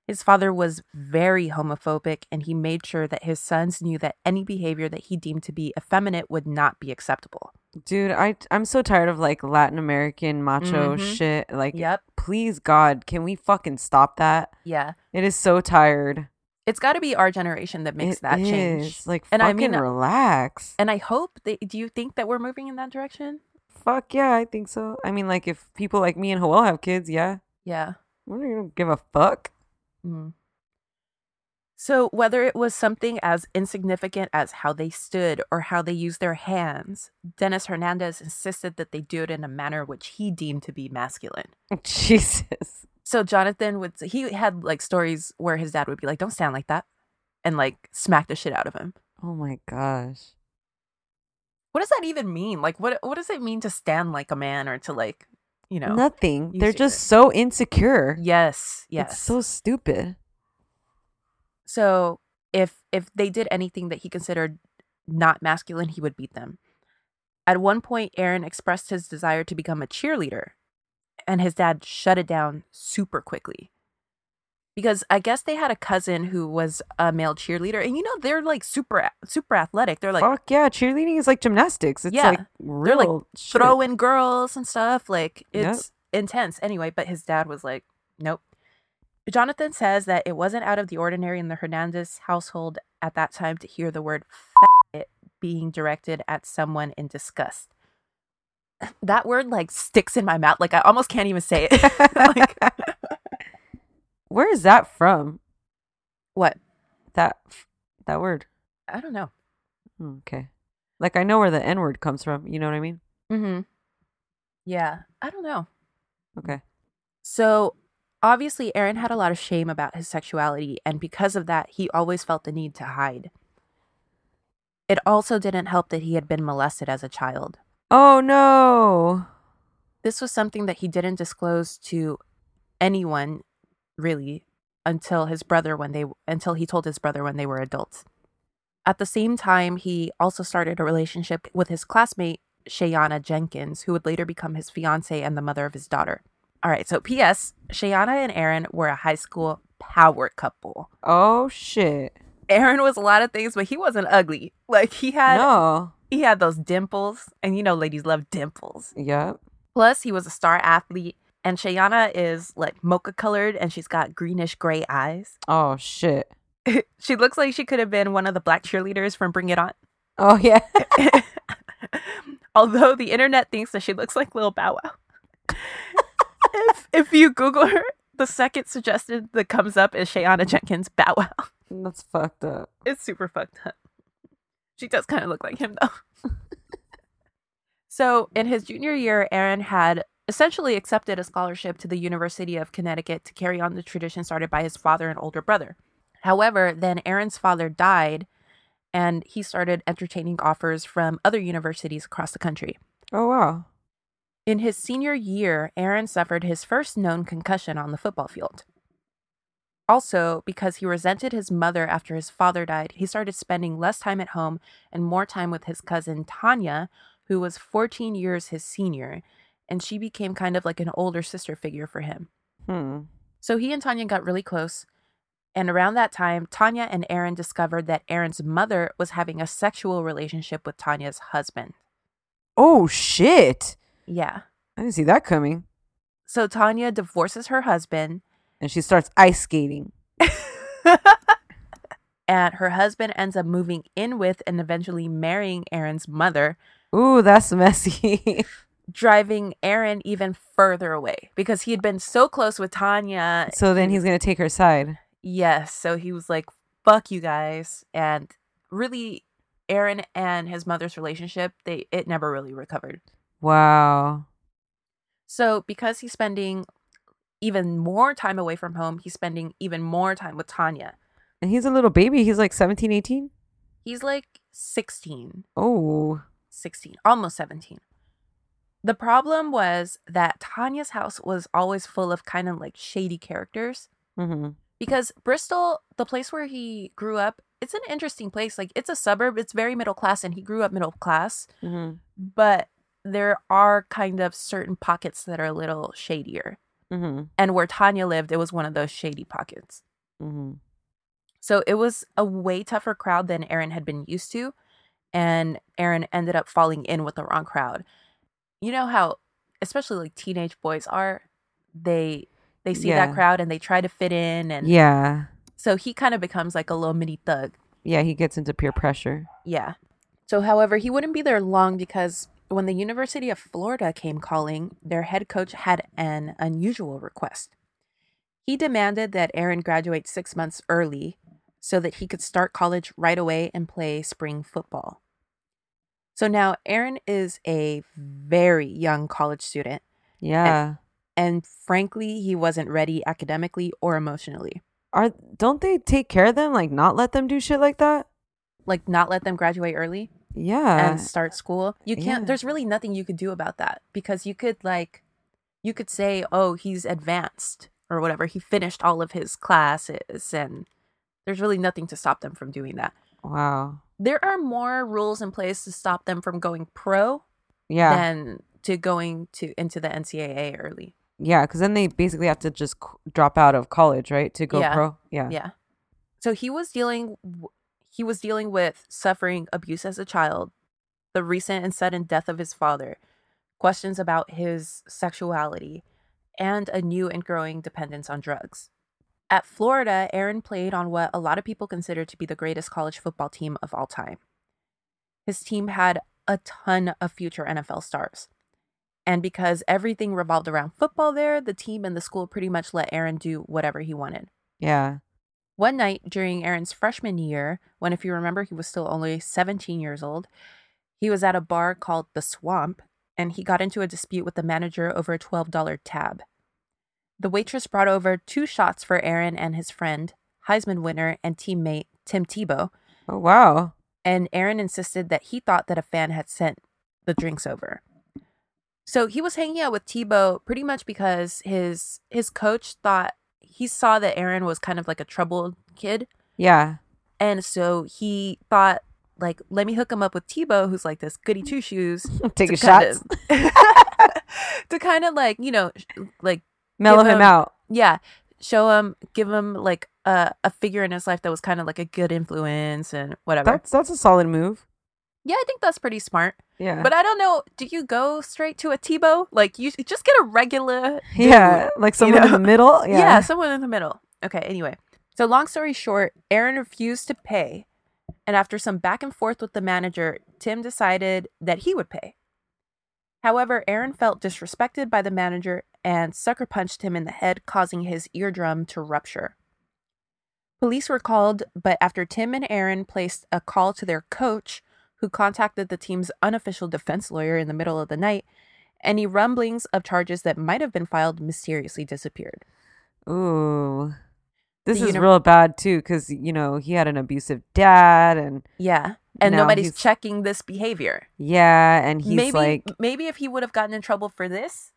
His father was very homophobic, and he made sure that his sons knew that any behavior that he deemed to be effeminate would not be acceptable. Dude, I I'm so tired of like Latin American macho Mhm. shit. Like Yep. please God, can we fucking stop that? Yeah. It is so tired. It's got to be our generation that makes It that change. is. Like and I fucking mean, uh, relax. and I hope that, do you think that we're moving in that direction? Fuck yeah, I think so. I mean, like if people like me and Joel have kids, yeah, Yeah. we're not gonna give a fuck. Mm-hmm. Mm. So, whether it was something as insignificant as how they stood or how they used their hands, Dennis Hernandez insisted that they do it in a manner which he deemed to be masculine. Jesus. So, Jonathan would, he had like stories where his dad would be like, don't stand like that, and like smack the shit out of him. Oh my gosh. What does that even mean? Like, what, what does it mean to stand like a man or to like, you know? Nothing. you They're see just it. so insecure. Yes, yes. It's so stupid. So if if they did anything that he considered not masculine, he would beat them. At one point, Aaron expressed his desire to become a cheerleader, and his dad shut it down super quickly. Because I guess they had a cousin who was a male cheerleader, and you know they're like super a- super athletic. They're like fuck yeah, cheerleading is like gymnastics. It's Yeah. like they're real like shit. throwing girls and stuff. Like Yep. it's intense anyway. But his dad was like, nope. Jonathan says that it wasn't out of the ordinary in the Hernandez household at that time to hear the word f- it being directed at someone in disgust. That word like sticks in my mouth. Like I almost can't even say it. like Where is that from? what? That that word. I don't know. Hmm, Okay. Like I know where the N word comes from. You know what I mean? Mm-hmm. Yeah, I don't know. Mm. Okay. So obviously, Aaron had a lot of shame about his sexuality, and because of that, he always felt the need to hide. It also didn't help that he had been molested as a child. Oh no. This was something that he didn't disclose to anyone really until his brother when they until he told his brother when they were adults. At the same time, he also started a relationship with his classmate Shayana Jenkins, who would later become his fiance and the mother of his daughter. All right, so PS, Shayana and Aaron were a high school power couple. Oh shit. Aaron was a lot of things, but he wasn't ugly. Like he had no. he had those dimples, and you know ladies love dimples. Yep. Plus, he was a star athlete, and Shayana is like mocha colored and she's got greenish gray eyes. Oh shit. she looks like she could have been one of the black cheerleaders from Bring It On. Oh yeah. Although the internet thinks that she looks like Lil Bow Wow. if, if you Google her, the second suggested that comes up is Shayana Jenkins Bow Wow. That's fucked up. It's super fucked up. She does kind of look like him, though. so, in his junior year, Aaron had essentially accepted a scholarship to the University of Connecticut to carry on the tradition started by his father and older brother. However, then Aaron's father died, and he started entertaining offers from other universities across the country. Oh wow. In his senior year, Aaron suffered his first known concussion on the football field. Also, because he resented his mother after his father died, he started spending less time at home and more time with his cousin Tanya, who was 14 years his senior, and she became kind of like an older sister figure for him. Hmm. So he and Tanya got really close. And around that time, Tanya and Aaron discovered that Aaron's mother was having a sexual relationship with Tanya's husband. Oh shit! Yeah. I didn't see that coming. So Tanya divorces her husband, And she starts ice skating. and her husband ends up moving in with and eventually marrying Aaron's mother, Ooh, that's messy. driving Aaron even further away because he had been so close with Tanya. so then he's gonna take her side. Yes. So he was like, fuck you guys. And really, Aaron and his mother's relationship, they it never really recovered. Wow. So because he's spending even more time away from home, he's spending even more time with Tanya. And he's a little baby. He's like 17, 18. He's like 16, Oh. 16, almost 17. The problem was that Tanya's house was always full of kind of like shady characters Mm-hmm. because Bristol, the place where he grew up, it's an interesting place. Like it's a suburb, it's very middle class, and he grew up middle class, Mm-hmm. but there are kind of certain pockets that are a little shadier. Mm-hmm. And where Tanya lived, it was one of those shady pockets. Mm-hmm. So it was a way tougher crowd than Aaron had been used to. And Aaron ended up falling in with the wrong crowd. You know how, especially like teenage boys are, they they see Yeah. that crowd and they try to fit in and Yeah. so he kind of becomes like a little mini thug. Yeah, he gets into peer pressure. Yeah. So however, he wouldn't be there long because when the University of Florida came calling, their head coach had an unusual request. He demanded that Aaron graduate 6 months early so that he could start college right away and play spring football. So now Aaron is a very young college student Yeah. and frankly, he wasn't ready academically or emotionally. Are don't they take care of them? Like not let them do shit like that? Like not let them graduate early. Yeah. and start school. You can't. Uh, yeah. There's really nothing you could do about that because you could like, you could say, "Oh, he's advanced" or whatever. He finished all of his classes, and there's really nothing to stop them from doing that. wow. There are more rules in place to stop them from going pro Yeah. Yeah, 'cause than to going to into the NCAA early. yeah, cuz then they basically have to just c- drop out of college, right? To go Yeah. pro. Yeah. Yeah. So he was dealing w- he was dealing with suffering abuse as a child, the recent and sudden death of his father, questions about his sexuality, and a new and growing dependence on drugs. At Florida, Aaron played on what a lot of people consider to be the greatest college football team of all time. His team had a ton of future NFL stars. And because everything revolved around football there, the team and the school pretty much let Aaron do whatever he wanted. Yeah. One night during Aaron's freshman year, when if you remember he was still only 17 years old, he was at a bar called The Swamp and he got into a dispute with the manager over a $12 tab. The waitress brought over two shots for Aaron and his friend, Heisman winner and teammate Tim Tebow, Oh wow. and Aaron insisted that he thought that a fan had sent the drinks over. So he was hanging out with Tebow pretty much because his his coach thought he saw that Aaron was kind of like a troubled kid, Yeah. and so he thought like, let me hook him up with Tebow, who's like this goody two shoes, Take a to shot. kind of- to kind of like you know, sh- like Mellow give him him- out. yeah, show him, give him like a a figure in his life that was kind of like a good influence and whatever. That's that's a solid move. yeah, I think that's pretty smart. Yeah. But I don't know. Do you go straight to a Tebow? Like you just get a regular. dude. yeah, like someone in know? the middle. Yeah. yeah, someone in the middle. Okay, anyway. So long story short, Aaron refused to pay, and after some back and forth with the manager, Tim decided that he would pay. However, Aaron felt disrespected by the manager and sucker punched him in the head, causing his eardrum to rupture. Police were called, but after Tim and Aaron placed a call to their coach, who contacted the team's unofficial defense lawyer in the middle of the night, any rumblings of charges that might have been filed mysteriously disappeared. Ooh. This The is uni- real bad too, because you know he had an abusive dad, and Yeah. And Now nobody's he's- checking this behavior. yeah, and he's maybe like maybe if he would have gotten in trouble for this.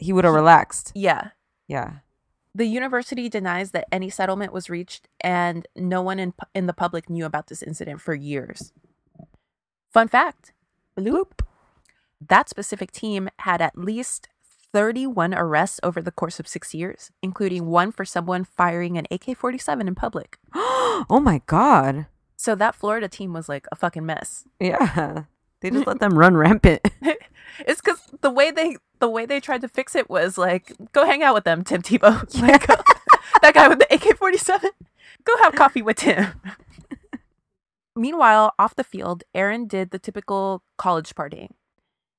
he would have relaxed. Yeah. Yeah, The university denies that any settlement was reached and no one in pu- in the public knew about this incident for years. Fun fact. Bloop. That specific team had at least 31 arrests over the course of six years, including one for someone firing an AK 47 in public. oh my God. So that Florida team was like a fucking mess. Yeah. They just let them run rampant. It's because the way they the way they tried to fix it was like, go hang out with them, Tim Tebow. Like, that guy with the AK forty seven. Go have coffee with Tim. Meanwhile, off the field, Aaron did the typical college partying.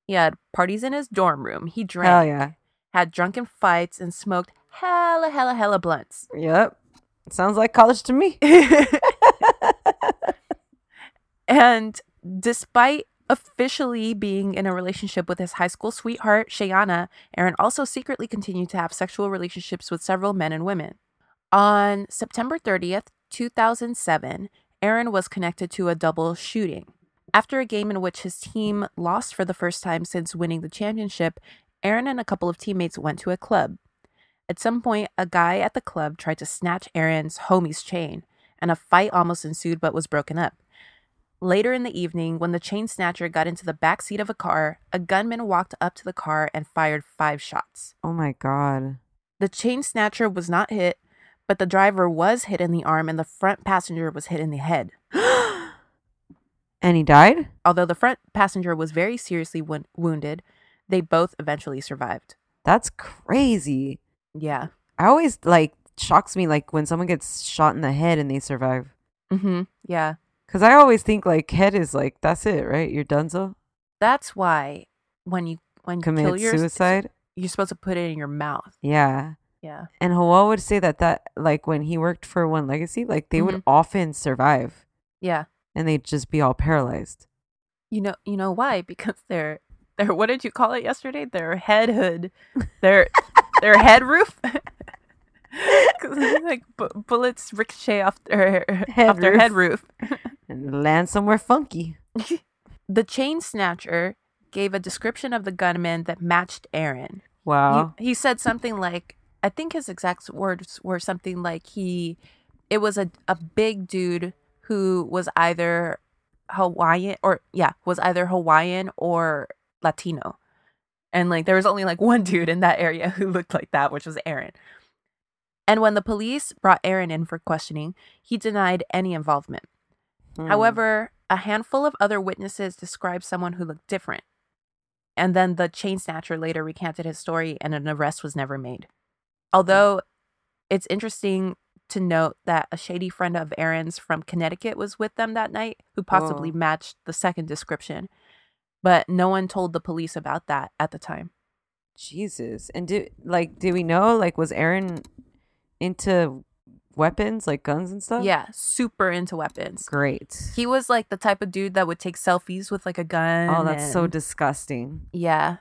He had parties in his dorm room. He drank, Hell yeah. had drunken fights, and smoked hella, hella, hella blunts. Yep. Sounds like college to me. And despite officially being in a relationship with his high school sweetheart, Shayana, Aaron also secretly continued to have sexual relationships with several men and women. On September 30th, 2007, Aaron was connected to a double shooting. After a game in which his team lost for the first time since winning the championship, Aaron and a couple of teammates went to a club. At some point, a guy at the club tried to snatch Aaron's homie's chain, and a fight almost ensued but was broken up. Later in the evening, when the chain snatcher got into the back seat of a car, a gunman walked up to the car and fired five shots. Oh my God. The chain snatcher was not hit, but the driver was hit in the arm and the front passenger was hit in the head. And he died? Although the front passenger was very seriously wun- wounded, they both eventually survived. That's crazy. Yeah. I always like shocks me like when someone gets shot in the head and they survive. Mm-hmm. Yeah. Cause I always think like head is like that's it, right? You're donezo. That's why when you when you kill Commit your suicide. you're supposed to put it in your mouth. Yeah. Yeah. And Hawa would say that that like when he worked for One Legacy, like they would Mm-hmm. often survive Yeah. and they'd just be all paralyzed. You know you know why? Because they're they're what did you call it yesterday? Their head hood. Their their head roof. 'Cause, like bu- bullets ricochet off their Head off their head roof. And land somewhere funky. The chain snatcher gave a description of the gunman that matched Aaron. Wow. He, he said something like, I think his exact words were something like he, it was a, a big dude who was either Hawaiian or, yeah, was either Hawaiian or Latino. And like there was only like one dude in that area who looked like that, which was Aaron. And when the police brought Aaron in for questioning, he denied any involvement. Hmm. Mm. However, a handful of other witnesses described someone who looked different. And then the chain snatcher later recanted his story and an arrest was never made. Hmm. Although it's interesting to note that a shady friend of Aaron's from Connecticut was with them that night who possibly Whoa. matched the second description. But no one told the police about that at the time. Jesus. And do like do we know like was Aaron into weapons like guns and stuff? Yeah, super into weapons. Great. He was like the type of dude that would take selfies with like a gun. oh, that's so and- disgusting. Yeah.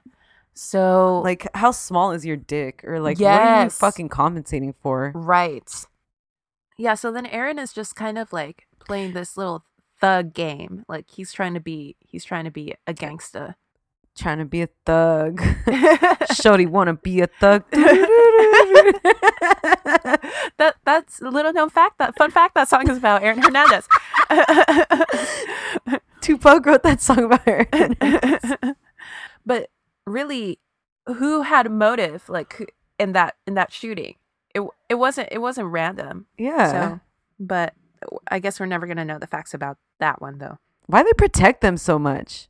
So Like how small is your dick or like what are you Yes. fucking compensating for? Right. Yeah, so then Aaron is just kind of like playing this little thug game. Like he's trying to be he's trying to be a gangsta. Trying to be a thug. that Shorty wanna be a thug. that's a little known fact. That fun fact that song is about Aaron Hernandez. Tupac wrote that song about Aaron. but really who had motive like who- in that in that shooting? It it wasn't it wasn't random. yeah. So but I guess we're never going to know the facts about that one though. Why they protect them so much?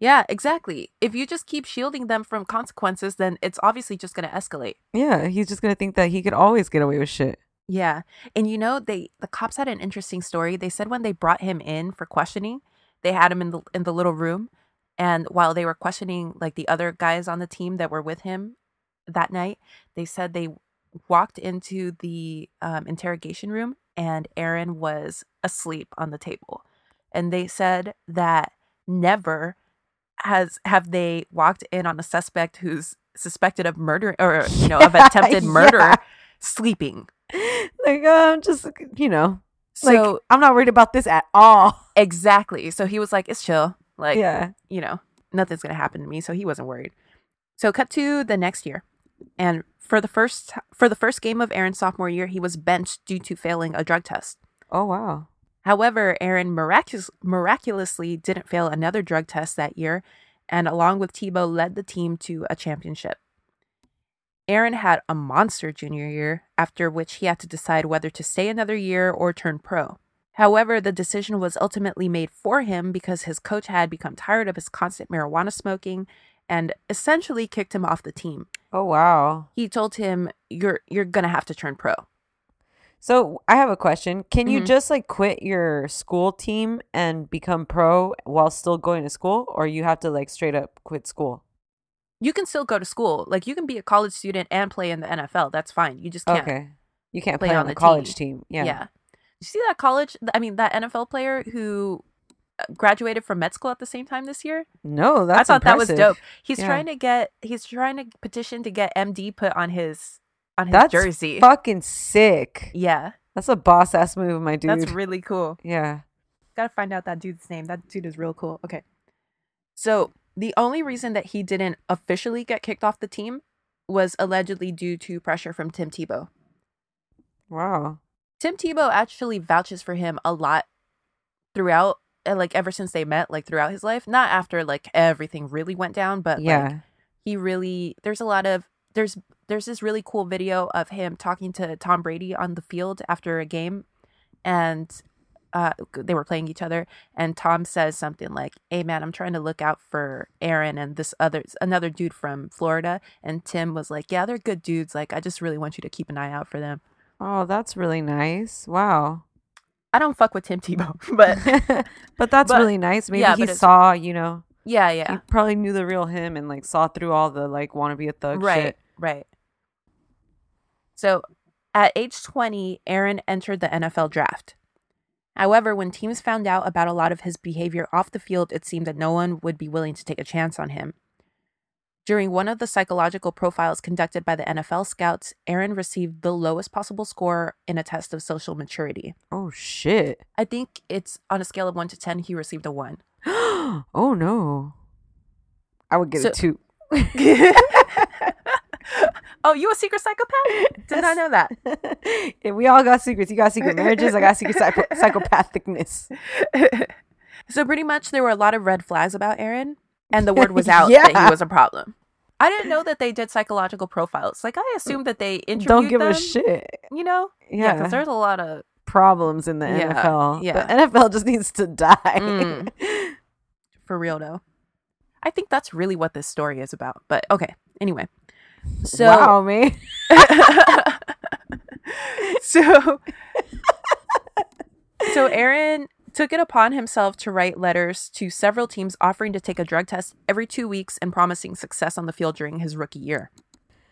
Yeah, exactly. If you just keep shielding them from consequences, then it's obviously just going to escalate. Yeah, he's just gonna think that he could always get away with shit. Yeah. And you know, they the cops had an interesting story. They said when they brought him in for questioning, they had him in the in the little room and while they were questioning like the other guys on the team that were with him that night, they said they walked into the um, interrogation room and Aaron was asleep on the table. And they said that never has have they walked in on a suspect who's suspected of murder or you know of attempted Yeah. murder sleeping. Like, uh, I'm just you know, like So I'm not worried about this at all. exactly. So he was like, "It's chill. Like, yeah. you know, nothing's gonna happen to me." So he wasn't worried. So cut to the next year, and for the first for the first game of Aaron's sophomore year, he was benched due to failing a drug test. Oh wow. However, Aaron miraculous, miraculously didn't fail another drug test that year, and along with Tebow led the team to a championship. Aaron had a monster junior year, after which he had to decide whether to stay another year or turn pro. However, the decision was ultimately made for him because his coach had become tired of his constant marijuana smoking and essentially kicked him off the team. Oh wow. He told him, "You're you're going to have to turn pro." So I have a question. Can Mm-hmm. you just like quit your school team and become pro while still going to school, or you have to like straight up quit school? You can still go to school. Like you can be a college student and play in the NFL. That's fine. You just can't. Okay, you can't play, Play on, on the, the college team. Yeah. Yeah. You see that college, I mean that NFL player who uh, graduated from med school at the same time this year? No, that's I thought that impressive. was dope. He's Yeah. trying to get he's trying to petition to get MD put on his on his That's jersey. fucking sick. yeah. That's a boss ass move, my dude. That's really cool. yeah. Gotta find out that dude's name. That dude is real cool. Okay. So the only reason that he didn't officially get kicked off the team was allegedly due to pressure from Tim Tebow. Wow. Tim Tebow actually vouches for him a lot throughout, uh, like ever since they met, like throughout his life. Not after like everything really went down, but yeah. yeah. he really there's a lot of there's there's this really cool video of him talking to Tom Brady on the field after a game and uh, they were playing each other and Tom says something like hey man I'm trying to look out for Aaron and this other another dude from Florida and Tim was like yeah they're good dudes like I just really want you to keep an eye out for them Oh, that's really nice. Wow. I don't fuck with Tim Tebow but but that's But- really nice. Maybe yeah, he but it's- saw, you know, yeah yeah he probably knew the real him and like saw through all the like wanna be a thug right, shit. Right. So at age 20, Aaron entered the NFL draft. However, when teams found out about a lot of his behavior off the field, it seemed that no one would be willing to take a chance on him. During one of the psychological profiles conducted by the NFL scouts, Aaron received the lowest possible score in a test of social maturity. Oh shit. I think it's on a scale of 1 to 10, he received a 1. oh no. I would get a So- two. Oh, you a secret psychopath? Did not know that. Yeah, we all got secrets. You got secret marriages. I got secret psycho- psychopathicness. So pretty much there were a lot of red flags about Aaron and the word was out that Yeah. he was a problem. I didn't know that they did psychological profiles. Like I assumed that they interviewed Don't give them, a shit. you know? cuz Yeah. there's a lot of Problems in the Yeah, NFL. yeah. The NFL just needs to die. Mm. for real though. I think that's really what this story is about. But okay, anyway. So wow, man. so so aaron took it upon himself to write letters to several teams offering to take a drug test every two weeks and promising success on the field during his rookie year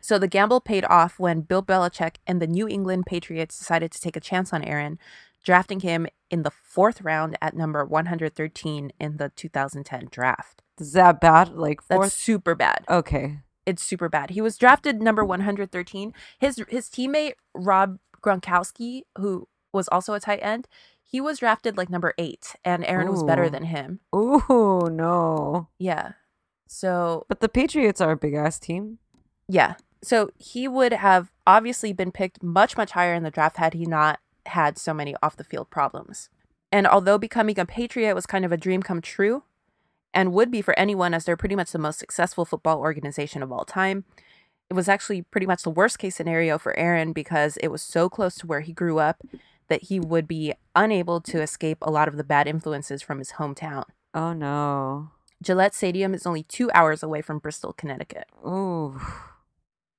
so the gamble paid off when bill belichick and the new england patriots decided to take a chance on aaron drafting him in the fourth round at number 113 in the 2010 draft Is that bad? Like that's fourth? super bad Okay. it's super bad. He was drafted number 113. His his teammate Rob Gronkowski, who was also a tight end, he was drafted like number 8 and Aaron was Ooh. better than him. Ooh, no. Yeah. So, But the Patriots are a big ass team. yeah. So he would have obviously been picked much much higher in the draft had he not had so many off the field problems. And although becoming a Patriot was kind of a dream come true, and would be for anyone as they're pretty much the most successful football organization of all time. It was actually pretty much the worst case scenario for Aaron because it was so close to where he grew up that he would be unable to escape a lot of the bad influences from his hometown. Oh no. Gillette Stadium is only two hours away from Bristol, Connecticut. Ooh.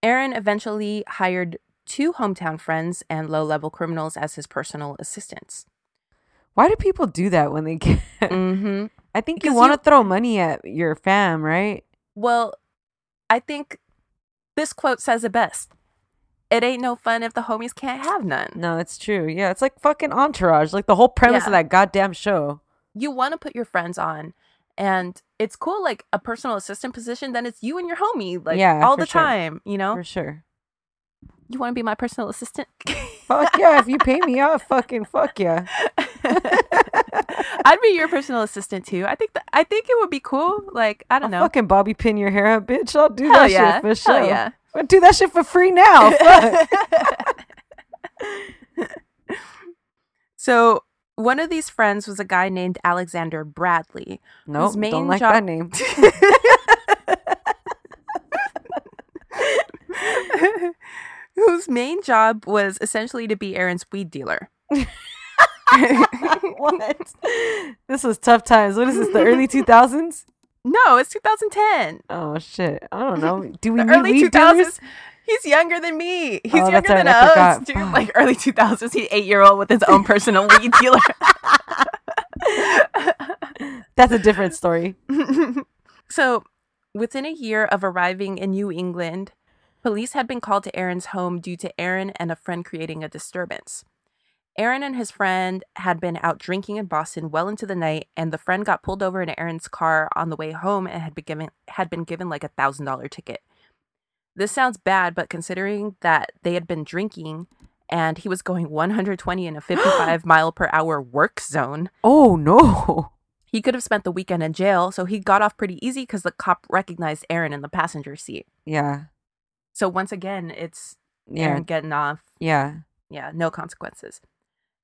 Aaron eventually hired two hometown friends and low level criminals as his personal assistants. Why do people do that when they get? Mm-hmm. I think you Because want you- to throw money at your fam, right? Well, I think this quote says it best. It ain't no fun if the homies can't have none. No, it's true. Yeah, it's like fucking entourage. Like the whole premise of Yeah. that goddamn show. You want to put your friends on, and it's cool, like a personal assistant position, then it's you and your homie, like Yeah, all for the sure. time, you know? For sure. You want to be my personal assistant? Fuck yeah. if you pay me off, fucking fuck yeah. I'd be your personal assistant too. I think that I think it would be cool. Like, I don't I'll know. fucking Bobby pin your hair up, bitch. I'll do Hell that yeah. shit for sure. Hell yeah. I'll do that shit for free now. Fuck. So one of these friends was a guy named Alexander Bradley. Nope, main don't like job- that name. whose main job was essentially to be Aaron's weed dealer. what? This was tough times. What is this? The early two thousands? No, it's 2010. Oh shit! I don't know. Do we The need early weed 2000s. dealers? He's younger than me. He's Oh, that's younger than right, I us, forgot. dude. Like early 2000s, he's eight year old with his own personal weed dealer. That's a different story. So, within a year of arriving in New England, police had been called to Aaron's home due to Aaron and a friend creating a disturbance. Aaron and his friend had been out drinking in Boston well into the night, and the friend got pulled over in Aaron's car on the way home and had been given had been given like a thousand dollar ticket. This sounds bad, but considering that they had been drinking and he was going 120 in a 55 mile per hour work zone, Oh no! he could have spent the weekend in jail, so he got off pretty easy because the cop recognized Aaron in the passenger seat. Yeah, So once again, it's yeah, Aaron getting off. yeah. Yeah, no consequences.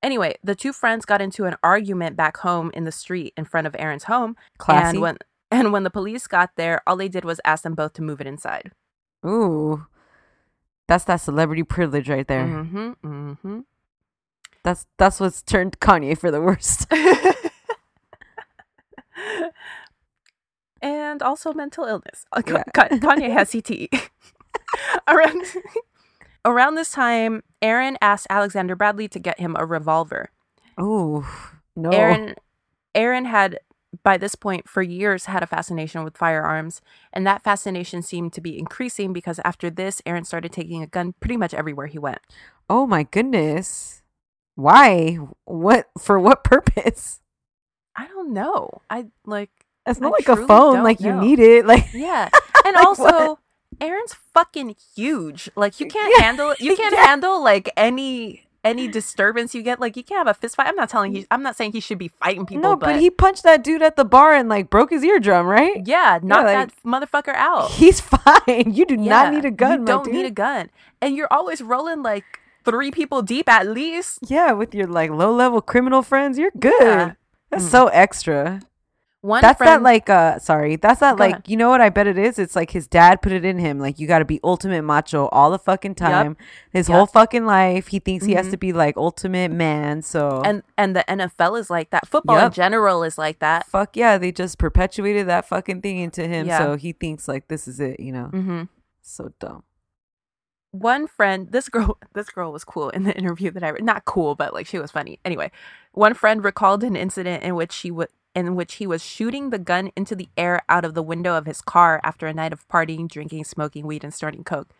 Anyway, the two friends got into an argument back home in the street in front of Aaron's home. Classy. And when and when the police got there, all they did was ask them both to move it inside. Ooh, that's that celebrity privilege right there. Mm-hmm. Mm-hmm. That's that's what's turned Kanye for the worst. and also mental illness. Uh, Ka- Yeah. Ka- Kanye has CTE. around, around this time, Aaron asked Alexander Bradley to get him a revolver. Ooh, no. Aaron, Aaron had, by this point, for years, had a fascination with firearms, and that fascination seemed to be increasing because after this, Aaron started taking a gun pretty much everywhere he went. Oh my goodness. Why? What for what purpose? I don't know. I like. It's I not like a truly phone don't like you know. need it. Like Yeah. And Like, also, what? Aaron's fucking huge. Like you can't handle you can't Yeah. handle like any any disturbance you get. Like you can't have a fist fight. I'm not telling he I'm not saying he should be fighting people, no, but, but he punched that dude at the bar and like broke his eardrum, right? yeah, knock like- that motherfucker out. He's fine. You do Yeah, not need a gun. You my don't need dude. a gun. And you're always rolling like three people deep at least. Yeah, with your like low level criminal friends, you're good. Yeah. Mm-hmm. That's so extra. One that's that friend- like uh sorry. That's that Go like ahead. you know what I bet it is? It's like his dad put it in him. Like you gotta be ultimate macho all the fucking time. His Yep. whole fucking life. He thinks he has Mhm. to be like ultimate man. So and and the NFL is like that. Football in Yup. general is like that. fuck yeah, they just perpetuated that fucking thing into him. Yeah. So he thinks like this is it, you know. Mm-hmm. So dumb. one friend this girl this girl was cool in the interview that i read not cool but like she was funny anyway one friend recalled an incident in which she would in which he was shooting the gun into the air out of the window of his car after a night of partying drinking smoking weed and snorting coke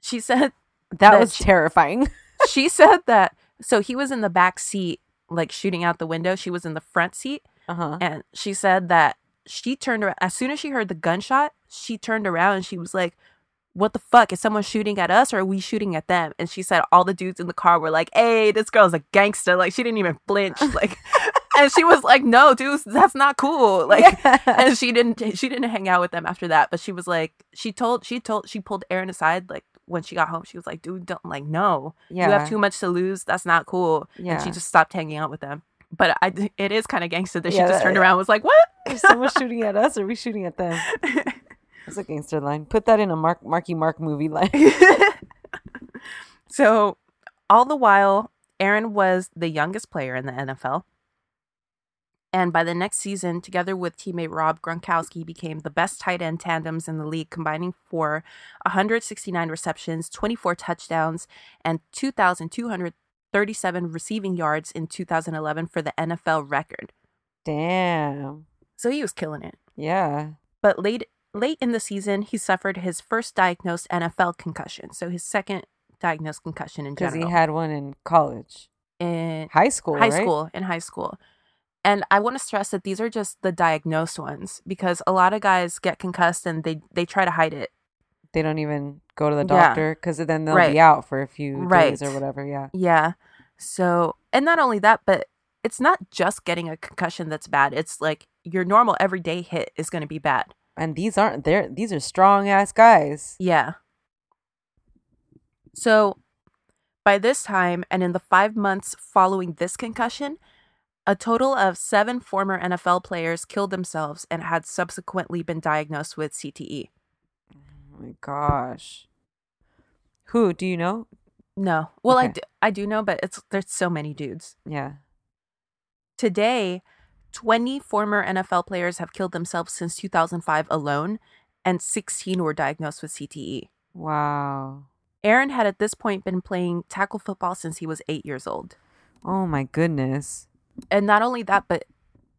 she said That, That was sh- terrifying. she said that so he was in the back seat like shooting out the window she was in the front seat Uh-huh. and she said that she turned around as soon as she heard the gunshot, she turned around and she was like, What the fuck? Is someone shooting at us or are we shooting at them? And she said all the dudes in the car were like, Hey, this girl's a gangster. Like she didn't even flinch. Like and she was like, No, dudes, that's not cool. Like and she didn't she didn't hang out with them after that. But she was like, she told she told she pulled Aaron aside like when she got home, she was like, dude, don't like no. yeah. You have too much to lose. That's not cool. yeah. And she just stopped hanging out with them. But I, it is kind of gangster that Yeah, she just that- turned around and was like, what? Is someone shooting at us or are we shooting at them? That's a gangster line. Put that in a Mark Marky Mark movie line. so all the while, Aaron was the youngest player in the NFL. And by the next season, together with teammate Rob Gronkowski, became the best tight end tandems in the league, combining for 169 receptions, 24 touchdowns, and 2,237 receiving yards in 2011 for the NFL record. Damn. So he was killing it. Yeah. but late late in the season he suffered his first diagnosed NFL concussion, so his second diagnosed concussion in Because he general had one in college. in High school. high right? school in high school. And I want to stress that these are just the diagnosed ones because a lot of guys get concussed and they they try to hide it. They don't even go to the Yeah. doctor because then they'll Right. be out for a few days or Right. whatever. Yeah. Yeah. So, and not only that, but it's not just getting a concussion that's bad. It's like your normal everyday hit is going to be bad. And these aren't there these are strong ass guys. Yeah. So By this time, and in the five months following this concussion, a total of seven former NFL players killed themselves and had subsequently been diagnosed with E. CTE. Oh my gosh. Who do you know? No. Well, I, Okay. do, I do know, but it's there's so many dudes. Yeah. Today, 20 former NFL players have killed themselves since 2005 alone, and 16 were diagnosed with CTE. Wow. Aaron had at this point been playing tackle football since he was eight years old. Oh my goodness. And not only that, but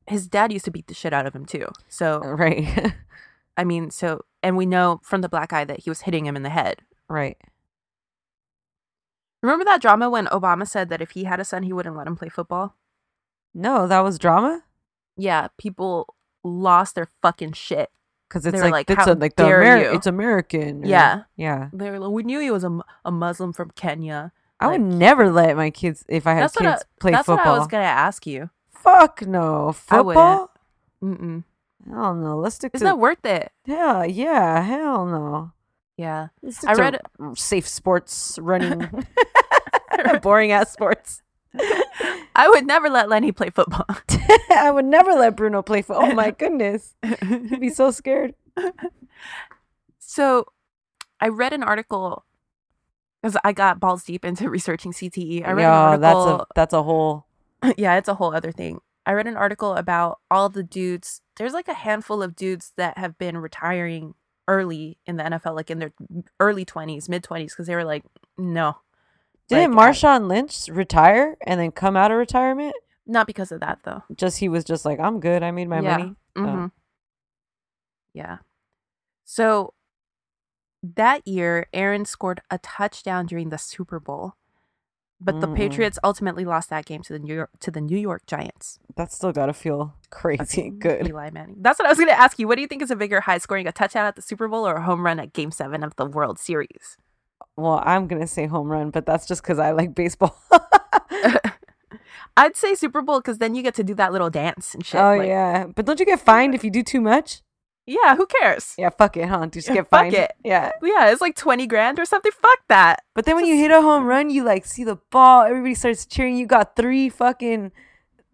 his dad used to beat the shit out of him too. Oh. So, Right. I mean, so, and we know from the black eye that he was hitting him in the head. right. Remember that drama when Obama said that if he had a son, he wouldn't let him play football? No, that was drama? Yeah, people lost their fucking shit. Because it's They were like, like, it's "How a, like the dare Ameri- you." it's American. or- Yeah. Yeah. They were like, we knew he was a, mu- a Muslim from Kenya. I would Like- never let my kids if I had That's kids what I, play that's football. what I was gonna ask you. Fuck no. I wouldn't. Football? Mm-mm. I, don't know. Let's stick It's to not worth it. Hell yeah, hell no. Yeah, Let's I stick to read- r- safe sports running boring ass sports. I would never let Lenny play football. I would never let Bruno play for oh my goodness. I'd be so scared. so, I read an article because I got balls deep into researching CTE. I read Yeah, an that's a article. that's a whole yeah, it's a whole other thing. I read an article about all the dudes. There's like a handful of dudes that have been retiring early in the NFL, like in their early 20s, mid 20s, because they were like, no, didn't Like, I- Marshawn Lynch retire and then come out of retirement? not because of that though. Just he was just like, I'm good, I made my Yeah. money. Oh. hmm Yeah. So that year, Aaron scored a touchdown during the Super Bowl, but the Mm-mm. Patriots ultimately lost that game to the New York to the New York Giants. Mm, That's still gotta feel crazy good. Eli Manning. That's what I was going to ask you. What do you think is a bigger high, scoring a touchdown at the Super Bowl or a home run at Game Seven of the World Series? Well, I'm gonna say home run, but that's just because I like baseball. I'd say Super Bowl because then you get to do that little dance and shit. oh like- yeah, but don't you get fined if you do too much? yeah. Who cares? Yeah, fuck it, huh? Just Yeah, get fuck fined. it. Yeah. Yeah, it's like twenty grand or something. Fuck that. But then when you hit a home run, you like see the ball, everybody starts cheering. You got three fucking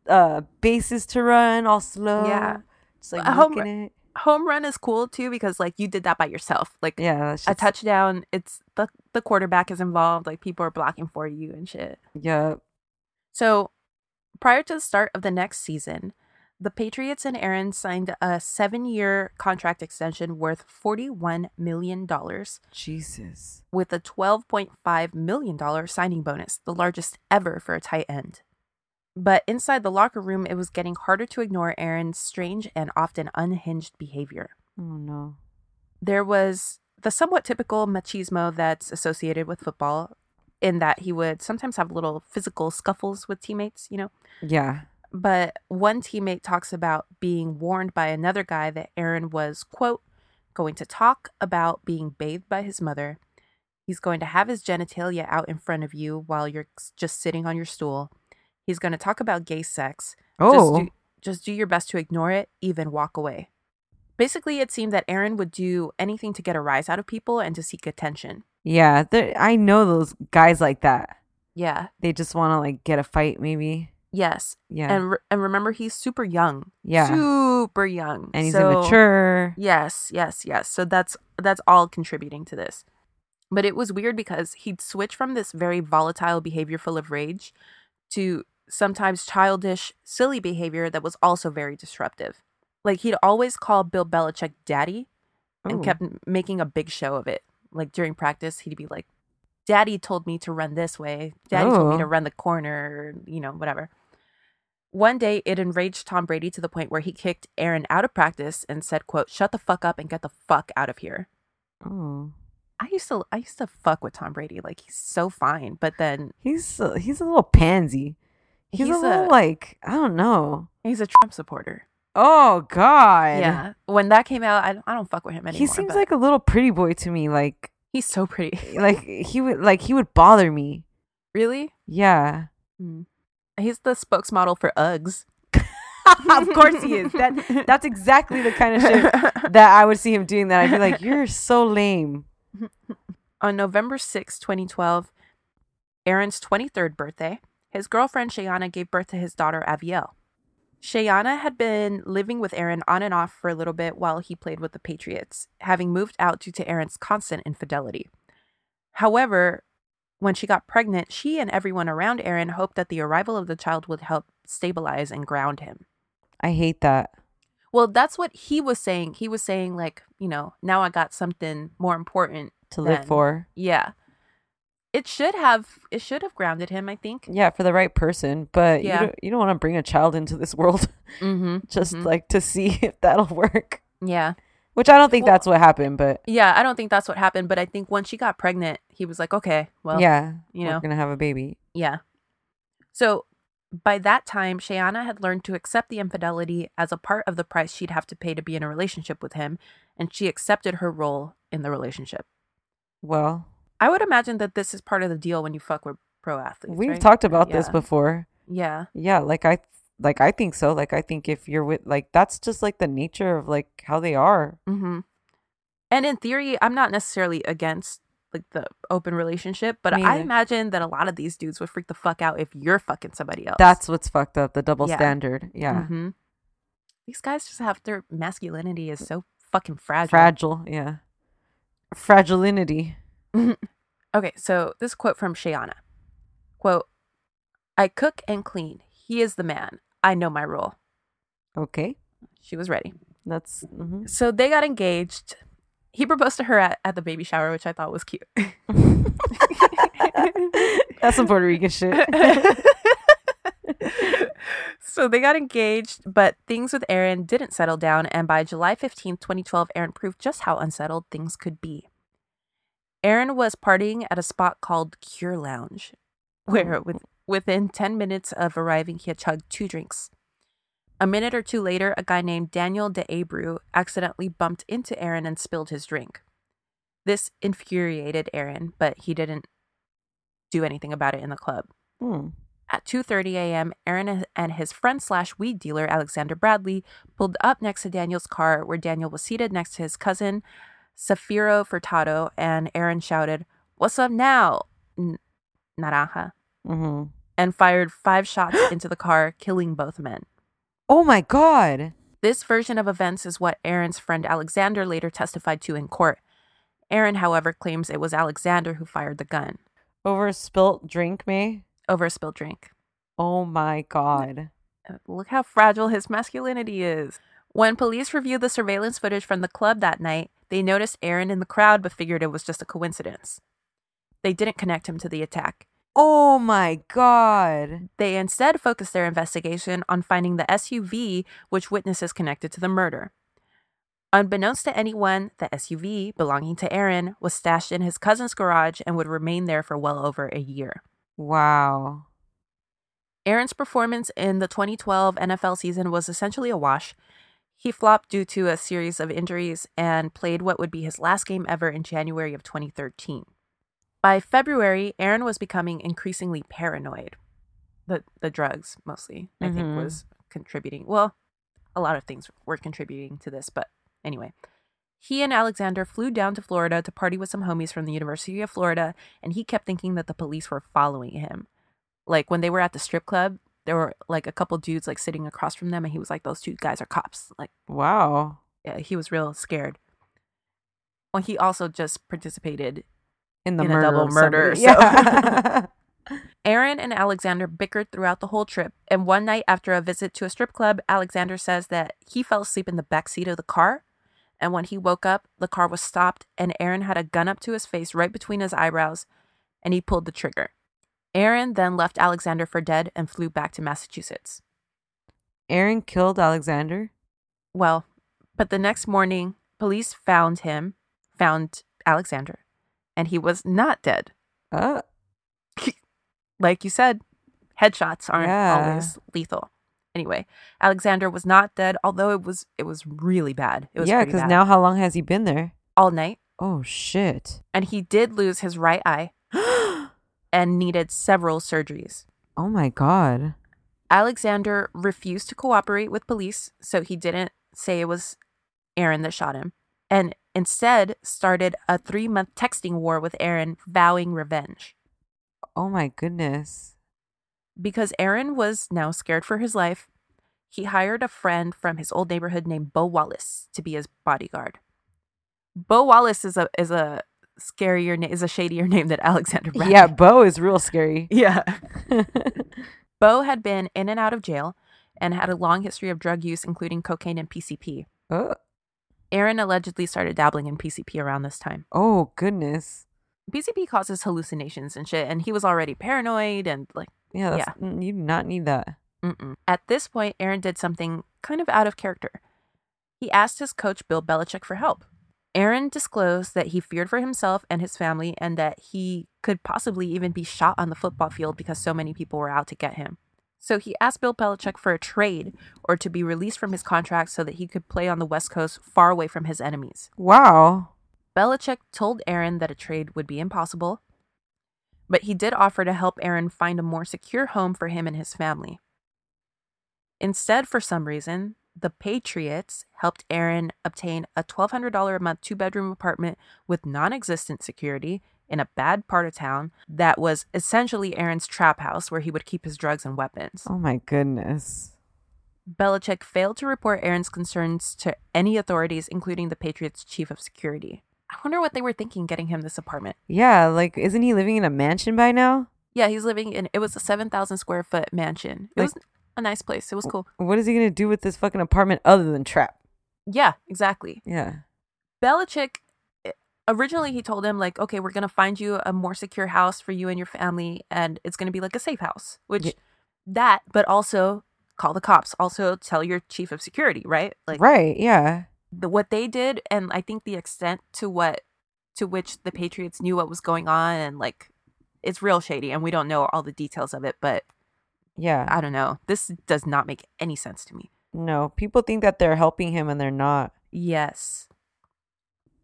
uh bases to run, all slow. Yeah. Just like A home looking run- it. Home run is cool too because like you did that by yourself. Like Yeah, that's a just, touchdown, it's the the quarterback is involved. Like people are blocking for you and shit. yeah. So, prior to the start of the next season, the Patriots and Aaron signed a seven year contract extension worth $41 million Jesus. with a $12.5 million signing bonus, the largest ever for a tight end. But inside the locker room, it was getting harder to ignore Aaron's strange and often unhinged behavior. Oh no. There was the somewhat typical machismo that's associated with football, in that he would sometimes have little physical scuffles with teammates, you know? Yeah. but one teammate talks about being warned by another guy that Aaron was, quote, going to talk about being bathed by his mother. He's going to have his genitalia out in front of you while you're s- just sitting on your stool. He's going to talk about gay sex. Oh. Just do, just do your best to ignore it, even walk away. Basically, it seemed that Aaron would do anything to get a rise out of people and to seek attention. yeah. there- I know those guys like that. Yeah. They just want to like get a fight, maybe. Yes. Yeah. And re- and remember, he's super young. Yeah. Super young. And he's So- immature. Yes, yes, yes. So that's that's all contributing to this. But it was weird because he'd switch from this very volatile behavior full of rage to sometimes childish, silly behavior that was also very disruptive. Like he'd always call Bill Belichick daddy Ooh. and kept m- making a big show of it. Like during practice, he'd be like, Daddy told me to run this way. Daddy told Oh. me to run the corner, you know, whatever. One day it enraged Tom Brady to the point where he kicked Aaron out of practice and said, quote, shut the fuck up and get the fuck out of here. Oh. I used to I used to fuck with Tom Brady. Like he's so fine. But then He's a, he's a little pansy. He's, He's a little a- like I don't know. he's a Trump supporter. Oh God. Yeah. When that came out, I don't, I don't fuck with him anymore. he seems but like a little pretty boy to me. Like he's so pretty. like he would like he would bother me. really? Yeah. Hmm. He's the spokesmodel for Uggs. of course he is. That that's exactly the kind of shit that I would see him doing. That I'd be like, you're so lame. On November 6, 2012, Aaron's 23rd birthday, his girlfriend Shayana gave birth to his daughter Avielle. Shayana had been living with Aaron on and off for a little bit while he played with the Patriots, having moved out due to Aaron's constant infidelity. However, when she got pregnant, she and everyone around Aaron hoped that the arrival of the child would help stabilize and ground him. I hate that. Well, that's what he was saying. He was saying, like, you know, now I got something more important To live than- for. Yeah. It should have it should have grounded him, I think. Yeah, for the right person, but Yeah. you don't, you don't want to bring a child into this world Mm-hmm. just like to see if that'll work. Yeah. Which I don't think Well- that's what happened, but Yeah, I don't think that's what happened, but I think once she got pregnant, he was like, Okay, well yeah, you we're know. gonna have a baby. Yeah. So by that time, Shayana had learned to accept the infidelity as a part of the price she'd have to pay to be in a relationship with him, and she accepted her role in the relationship. Well, I would imagine that this is part of the deal when you fuck with pro athletes. we've right? talked about this Yeah. before. Yeah. Yeah, like I like I think so. Like I think if you're with like that's just like the nature of like how they are. Mm-hmm. And in theory, I'm not necessarily against like the open relationship, but Me I neither. imagine that a lot of these dudes would freak the fuck out if you're fucking somebody else. That's what's fucked up, the double Yeah. standard. Yeah. Mhm. These guys just have their masculinity Mm. is so fucking fragile. Fragile, yeah. Fragilinity. Okay, so this quote from Shayana. Quote, I cook and clean. He is the man. I know my role. Okay. She was ready. That's mhm. So they got engaged. He proposed to her at, at the baby shower, which I thought was cute. That's some Puerto Rican shit. so they got engaged, but things with Aaron didn't settle down. And by July 15, 2012, Aaron proved just how unsettled things could be. Aaron was partying at a spot called Cure Lounge, where with, within 10 minutes of arriving, he had chugged two drinks. A minute or two later, a guy named Daniel DeAbreu accidentally bumped into Aaron and spilled his drink. This infuriated Aaron, but he didn't do anything about it in the club. Hmm. At 2:30 a.m., Aaron and his friend slash weed dealer Alexander Bradley pulled up next to Daniel's car, where Daniel was seated next to his cousin Safiro Furtado, and Aaron shouted, "What's up now, N- Naranja?" hmm and fired five shots into the car, killing both men. Oh my god. This version of events is what Aaron's friend Alexander later testified to in court. Aaron, however, claims it was Alexander who fired the gun Over a spilt drink, May. over a spilled drink. Oh my god. Uh, Look how fragile his masculinity is. When police reviewed the surveillance footage from the club that night, they noticed Aaron in the crowd but figured it was just a coincidence. They didn't connect him to the attack. Oh my god. They instead focused their investigation on finding the SUV which witnesses connected to the murder. Unbeknownst to anyone, the SUV belonging to Aaron was stashed in his cousin's garage and would remain there for well over a year. Wow. Aaron's performance in the 2012 NFL season was essentially a wash. He flopped due to a series of injuries and played what would be his last game ever in January of 2013. By February, Aaron was becoming increasingly paranoid. The the drugs mostly, I think, Mhm. was contributing. Well, a lot of things were contributing to this, but anyway. He and Alexander flew down to Florida to party with some homies from the University of Florida, and he kept thinking that the police were following him like when they were at the strip club there were like a couple dudes like sitting across from them and he was like those two guys are cops like Wow. yeah, he was real scared well he also just participated In the In a murder. double of somebody. murder, so- Yeah. aaron and alexander bickered throughout the whole trip and one night after a visit to a strip club alexander says that he fell asleep in the back seat of the car and when he woke up the car was stopped and aaron had a gun up to his face right between his eyebrows and he pulled the trigger aaron then left alexander for dead and flew back to massachusetts Aaron killed Alexander. Well, but the next morning, police found him, found Alexander, and he was not dead. Uh, Like you said, headshots aren't Yeah. always lethal. Anyway, Alexander was not dead, although it was it was really bad. It was yeah, because now how long has he been there? all night, Oh shit. and he did lose his right eye and needed several surgeries. Oh my god. Alexander refused to cooperate with police, so he didn't say it was Aaron that shot him, and instead started a three month texting war with Aaron, vowing revenge. Oh my goodness. because Aaron was now scared for his life, he hired a friend from his old neighborhood named Bo Wallace to be his bodyguard. Bo Wallace is a is a scarier name is a shadier name than Alexander Bradley. Yeah, Bo is real scary. yeah. Bo had been in and out of jail and had a long history of drug use, including cocaine and PCP. oh, Aaron allegedly started dabbling in PCP around this time. oh goodness. PCP causes hallucinations and shit, and he was already paranoid and like. Yeah, that's, mm, you do not need that. Mm-mm. At this point, Aaron did something kind of out of character. He asked his coach, Bill Belichick, for help. Aaron disclosed that he feared for himself and his family and that he could possibly even be shot on the football field because so many people were out to get him. So he asked Bill Belichick for a trade or to be released from his contract so that he could play on the West Coast far away from his enemies. Wow. Belichick told Aaron that a trade would be impossible, but he did offer to help Aaron find a more secure home for him and his family. Instead, for some reason, the Patriots helped Aaron obtain a $1,200 a month two bedroom apartment with non existent security in a bad part of town that was essentially Aaron's trap house where he would keep his drugs and weapons. Oh my goodness. Belichick failed to report Aaron's concerns to any authorities, including the Patriots' chief of security. I wonder what they were thinking getting him this apartment. Yeah, like isn't he living in a mansion by now? Yeah, he's living in it was a 7,000 square foot mansion. It Like- was a nice place. It was cool. What is he gonna do with this fucking apartment other than trap? Yeah, exactly. Yeah. Belichick eh, originally he told him like, "Okay, we're going to find you a more secure house for you and your family and it's going to be like a safe house." Which Ye- that, but also call the cops. Also tell your chief of security, right? Like right, yeah. the, what they did and i think the extent to what to which the patriots knew what was going on and like it's real shady and we don't know all the details of it but Yeah. i don't know this does not make any sense to me no. People think that they're helping him and they're not. yes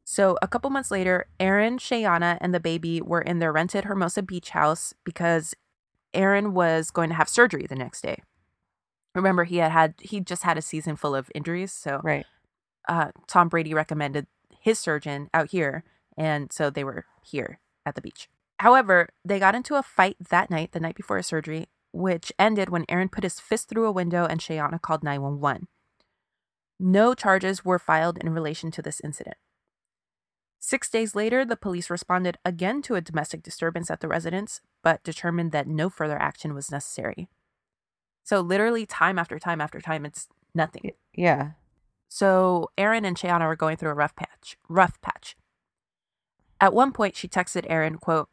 so a couple months later aaron shayana and the baby were in their rented hermosa beach house because aaron was going to have surgery the next day remember he had had he just had a season full of injuries so Right. uh, Tom Brady recommended his surgeon out here, and so they were here at the beach. However, they got into a fight that night, the night before his surgery, which ended when Aaron put his fist through a window and Shayana called 911. No charges were filed in relation to this incident. Six days later, the police responded again to a domestic disturbance at the residence, but determined that no further action was necessary. So, literally, time after time after time, it's nothing. Yeah. So Aaron and Cheyenne were going through a rough patch. Rough patch. At one point, she texted Aaron, "quote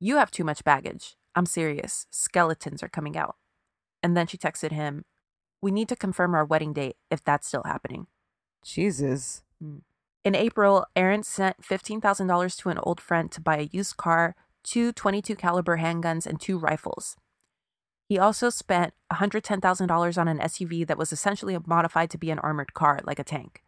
You have too much baggage. I'm serious. Skeletons are coming out." And then she texted him, "We need to confirm our wedding date if that's still happening." Jesus. In April, Aaron sent fifteen thousand dollars to an old friend to buy a used car, two 22 caliber handguns, and two rifles. He also spent one hundred ten thousand dollars on an SUV that was essentially modified to be an armored car, like a tank.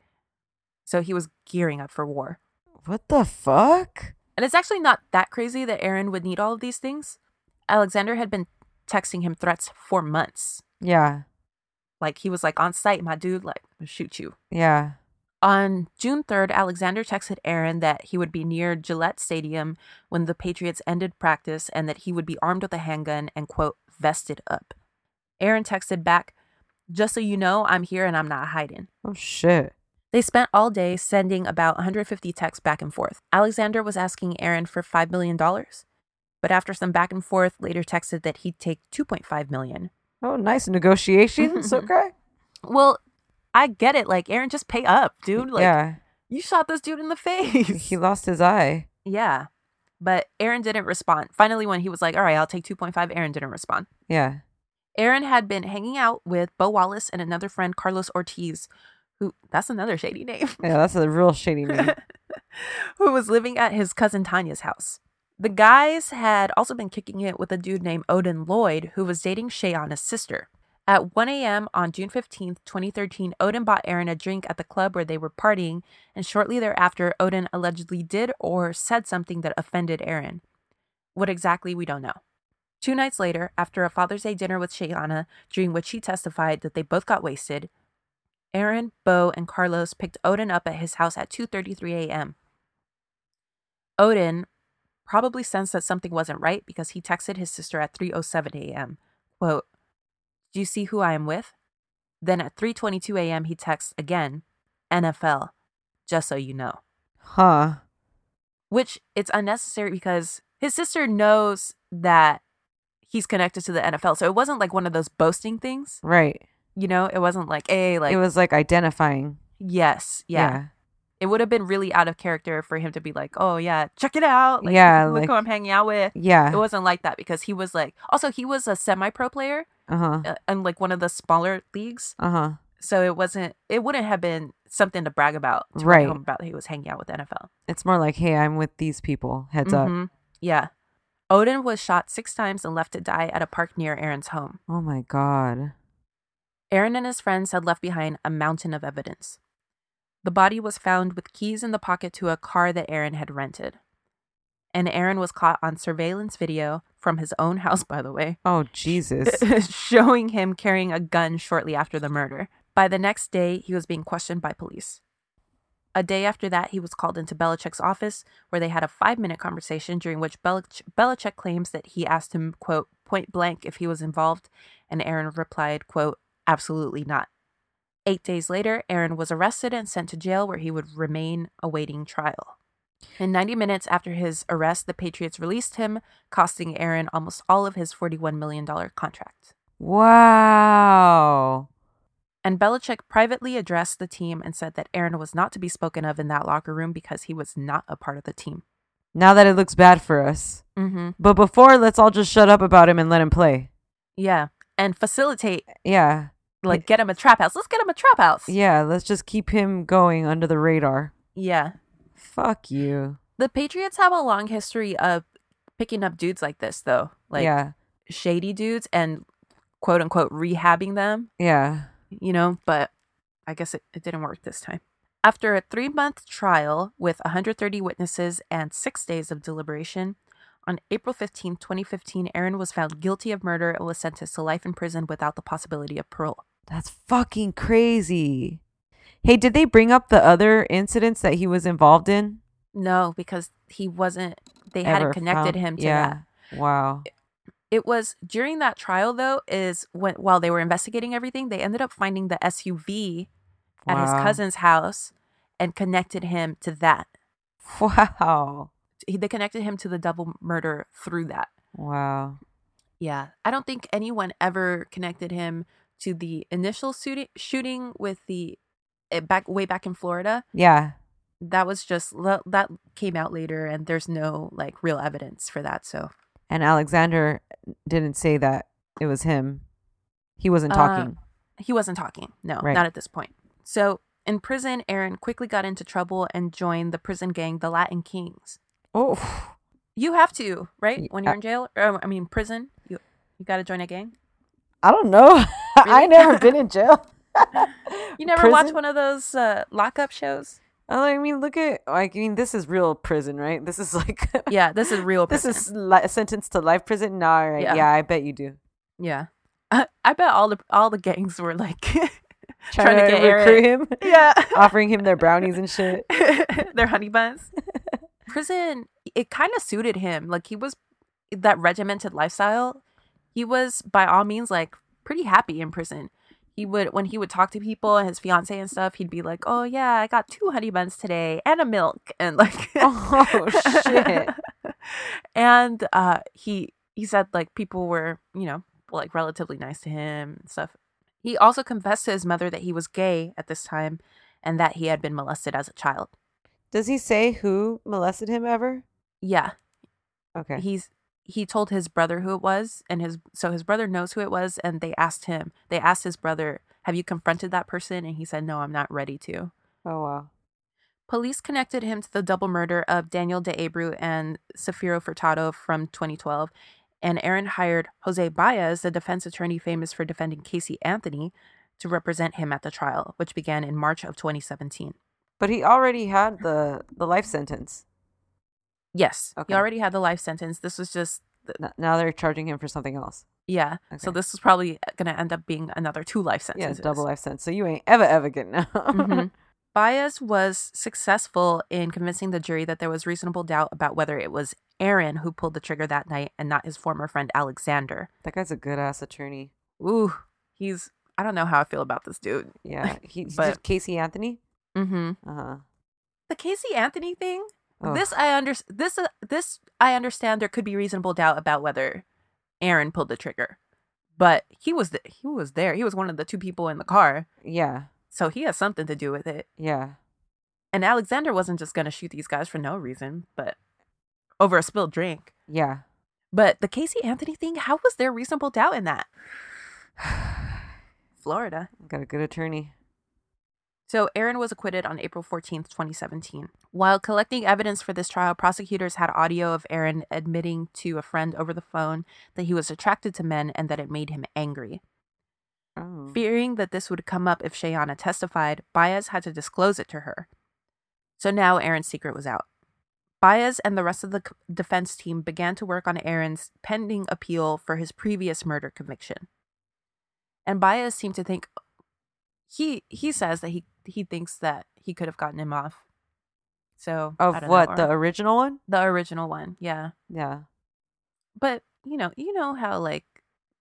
So he was gearing up for war. What the fuck? And it's actually not that crazy that Aaron would need all of these things. Alexander had been texting him threats for months. Yeah. Like he was like on site, my dude, like I'll shoot you. Yeah. On June 3rd, Alexander texted Aaron that he would be near Gillette Stadium when the Patriots ended practice and that he would be armed with a handgun and, quote, vested up. Aaron texted back, Just so you know, I'm here and I'm not hiding. Oh shit. They spent all day sending about 150 texts back and forth. Alexander was asking Aaron for $5 million, but after some back and forth, later texted that he'd take $2.5 million. Oh nice negotiations. okay. Well, I get it. Like, Aaron, just pay up, dude. Like, yeah. you shot this dude in the face. He lost his eye. Yeah. But Aaron didn't respond. Finally, when he was like, all right, I'll take 2.5, Aaron didn't respond. Yeah. Aaron had been hanging out with Bo Wallace and another friend, Carlos Ortiz, who that's another shady name, Yeah, that's a real shady name. who was living at his cousin Tanya's house. The guys had also been kicking it with a dude named Odin Lloyd, who was dating Shayana's sister. At 1 a.m. on June 15th, 2013, Odin bought Aaron a drink at the club where they were partying, and shortly thereafter, Odin allegedly did or said something that offended Aaron. What exactly, we don't know. Two nights later, after a Father's Day dinner with Shayana, during which she testified that they both got wasted, Aaron, Bo, and Carlos picked Odin up at his house at 2:33 a.m. Odin probably sensed that something wasn't right because he texted his sister at 3:07 a.m. quote, "Do you see who I am with?" Then at 3:22 a.m. he texts again, "NFL, just so you know." Huh. Which it's unnecessary because his sister knows that he's connected to the NFL. So it wasn't like one of those boasting things, Right. you know? It wasn't like, "Hey, like it was like identifying. yes, yeah." yeah. It would have been really out of character for him to be like, "Oh, yeah, check it out." Like, Yeah, look like- who I'm hanging out with. Yeah. It wasn't like that because he was like, also he was a semi-pro player Uh-huh. uh, in like one of the smaller leagues. Uh-huh. So it wasn't, it wouldn't have been something to brag about, to Right. right? Home about that he was hanging out with NFL. It's more like, hey, I'm with these people. Heads up. Mhm. Yeah. Odin was shot six times and left to die at a park near Aaron's home. Oh my god. Aaron and his friends had left behind a mountain of evidence. The body was found with keys in the pocket to a car that Aaron had rented. And Aaron was caught on surveillance video from his own house, by the way, Oh Jesus. showing him carrying a gun shortly after the murder. By the next day, he was being questioned by police. A day after that, he was called into Belichick's office, where they had a five minute conversation during which Belich- Belichick claims that he asked him, quote, point blank if he was involved, and Aaron replied, quote, absolutely not. Eight days later, Aaron was arrested and sent to jail where he would remain awaiting trial. In 90 minutes after his arrest, the Patriots released him, costing Aaron almost all of his $41 million contract. wow. And Belichick privately addressed the team and said that Aaron was not to be spoken of in that locker room because he was not a part of the team. Now that it looks bad for us. Mm-hmm. But before, let's all just shut up about him and let him play. Yeah. And facilitate, Yeah. like, get him a trap house. Let's get him a trap house. Yeah, let's just keep him going under the radar. Yeah. Fuck you. The Patriots have a long history of picking up dudes like this, though. Like, yeah. shady dudes and quote unquote rehabbing them, Yeah. you know, but I guess it, it didn't work this time. After a three month trial with 130 witnesses and six days of deliberation, on April 15, 2015, Aaron was found guilty of murder and was sentenced to life in prison without the possibility of parole. That's fucking crazy. Hey, did they bring up the other incidents that he was involved in? No, because he wasn't, they Ever hadn't connected found- him to yeah. that. Wow. It was during that trial, though, is when while they were investigating everything, they ended up finding the SUV at his Wow. cousin's house and connected him to that. Wow. He, they connected him to the double murder through that. Wow. Yeah. I don't think anyone ever connected him to the initial shooting, shooting with the eh, back way back in Florida. Yeah. That was just le- that came out later and there's no like real evidence for that. So And Alexander didn't say that it was him. He wasn't Uh, talking. he wasn't talking. No, Right. not at this point. So in prison, Aaron quickly got into trouble and joined the prison gang, the Latin Kings. oh. You have to, right? Y- When you're in jail, or, I mean, prison, you you got to join a gang. I don't know. I Really? never been in jail. You never watch Prison? one of those uh, lockup shows? Oh, I mean, look at. I mean, this is real prison, right? This is like. Yeah, this is real. This Prison. is li- sentenced to life prison. Nah, all right. Yeah. Yeah. I bet you do. yeah. I, I bet all the all the gangs were like Trying, to, Aaron- recruit him, Yeah, offering him their brownies and shit. their honey buns. prison, it kind of suited him. Like he was that regimented lifestyle. He was by all means like pretty happy in prison. He would when he would talk to people and his fiance and stuff, he'd be like, "Oh yeah, I got two honey buns today and a milk and like Oh shit. and uh he he said like people were you know like relatively nice to him and stuff he also confessed to his mother that he was gay at this time and that he had been molested as a child Does he say who molested him ever? yeah Okay. he's he told his brother who it was and his so his brother knows who it was and they asked him they asked his brother have you confronted that person and he said no i'm not ready to oh wow. Police connected him to the double murder of Daniel De Abreu and Safiro Furtado from 2012, and Aaron hired Jose Baez, the defense attorney famous for defending Casey Anthony, to represent him at the trial, which began in March of 2017. But he already had the the life sentence. Yes, Okay. he already had the life sentence. This was just, N- Now they're charging him for something else. yeah. So Okay. this was probably going to end up being another two life sentences. Yeah, double life sentence. So you ain't ever ever getting out. Mhm. Baez was successful in convincing the jury that there was reasonable doubt about whether it was Aaron who pulled the trigger that night and not his former friend Alexander. That guy's a good ass attorney. Ooh, he's I don't know how I feel about this dude. Yeah, he's But- just Casey Anthony. Mm-hmm. Uh huh. The Casey Anthony thing. Ugh. This I under this uh, this I understand. There could be reasonable doubt about whether Aaron pulled the trigger, but he was the, he was there. He was one of the two people in the car, Oh, Yeah, so he has something to do with it. yeah. And Alexander wasn't just gonna shoot these guys for no reason, but over a spilled drink. Yeah. But the Casey Anthony thing, how was there reasonable doubt in that? Florida. Got a good attorney. So Aaron was acquitted on April 14th, 2017. While collecting evidence for this trial, prosecutors had audio of Aaron admitting to a friend over the phone that he was attracted to men and that it made him angry. Oh. Fearing that this would come up if Shayana testified, Baez had to disclose it to her. So now Aaron's secret was out. Baez and the rest of the c- defense team began to work on Aaron's pending appeal for his previous murder conviction. And Baez seemed to think he he says that he he thinks that he could have gotten him off. So I Of don't know, what? or- the original one? the original one, yeah. Yeah. But you know, you know how like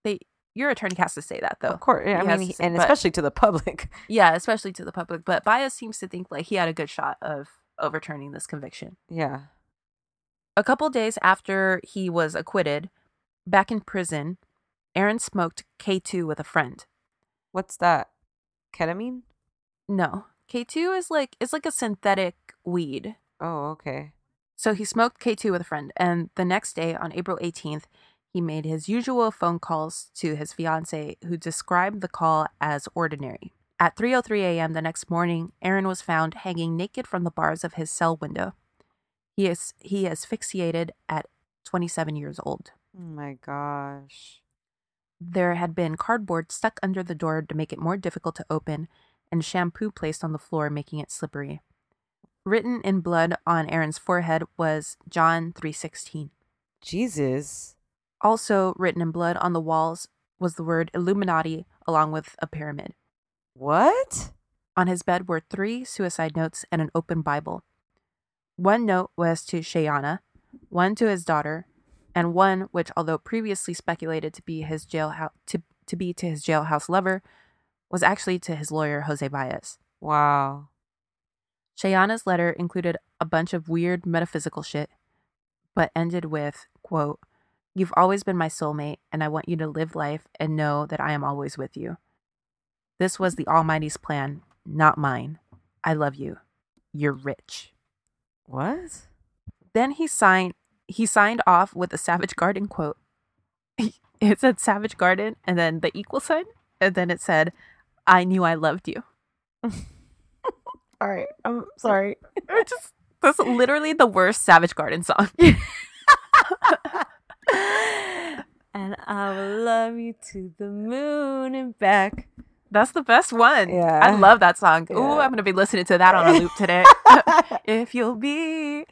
they your attorney has to say that though. Of course. I He has mean, to he- say- and but- especially to the public. Yeah, especially to the public. But Bias seems to think like he had a good shot of overturning this conviction. Yeah. A couple days after he was acquitted, back in prison, Aaron smoked K2 with a friend. What's that? Ketamine? No, K2 is like it's like a synthetic weed. Oh, okay. So he smoked K2 with a friend, and the next day, on April 18th, he made his usual phone calls to his fiancee, who described the call as ordinary. At 3:03 a.m. the next morning, Aaron was found hanging naked from the bars of his cell window. He is he asphyxiated at 27 years old. Oh my gosh. There had been cardboard stuck under the door to make it more difficult to open, and shampoo placed on the floor, making it slippery. Written in blood on Aaron's forehead was John 316. Jesus. Also written in blood on the walls was the word Illuminati along with a pyramid. What? On his bed were three suicide notes and an open Bible. One note was to Shayana, one to his daughter, and one which, although previously speculated to be his jailhouse to, to be to his jailhouse lover, was actually to his lawyer Jose Baez. Wow. Shayana's letter included a bunch of weird metaphysical shit, but ended with, quote, You've always been my soulmate, and I want you to live life and know that I am always with you. This was the Almighty's plan, not mine. I love you. You're rich. What? Then he signed he signed off with a Savage Garden quote. It said Savage Garden and then the equal sign, and then it said, I knew I loved you. All right. I'm sorry. It just that's literally the worst Savage Garden song. And I will love you to the moon and back. That's the best one. Yeah. I love that song. Ooh, Yeah. I'm gonna be listening to that on a loop today. if you'll be.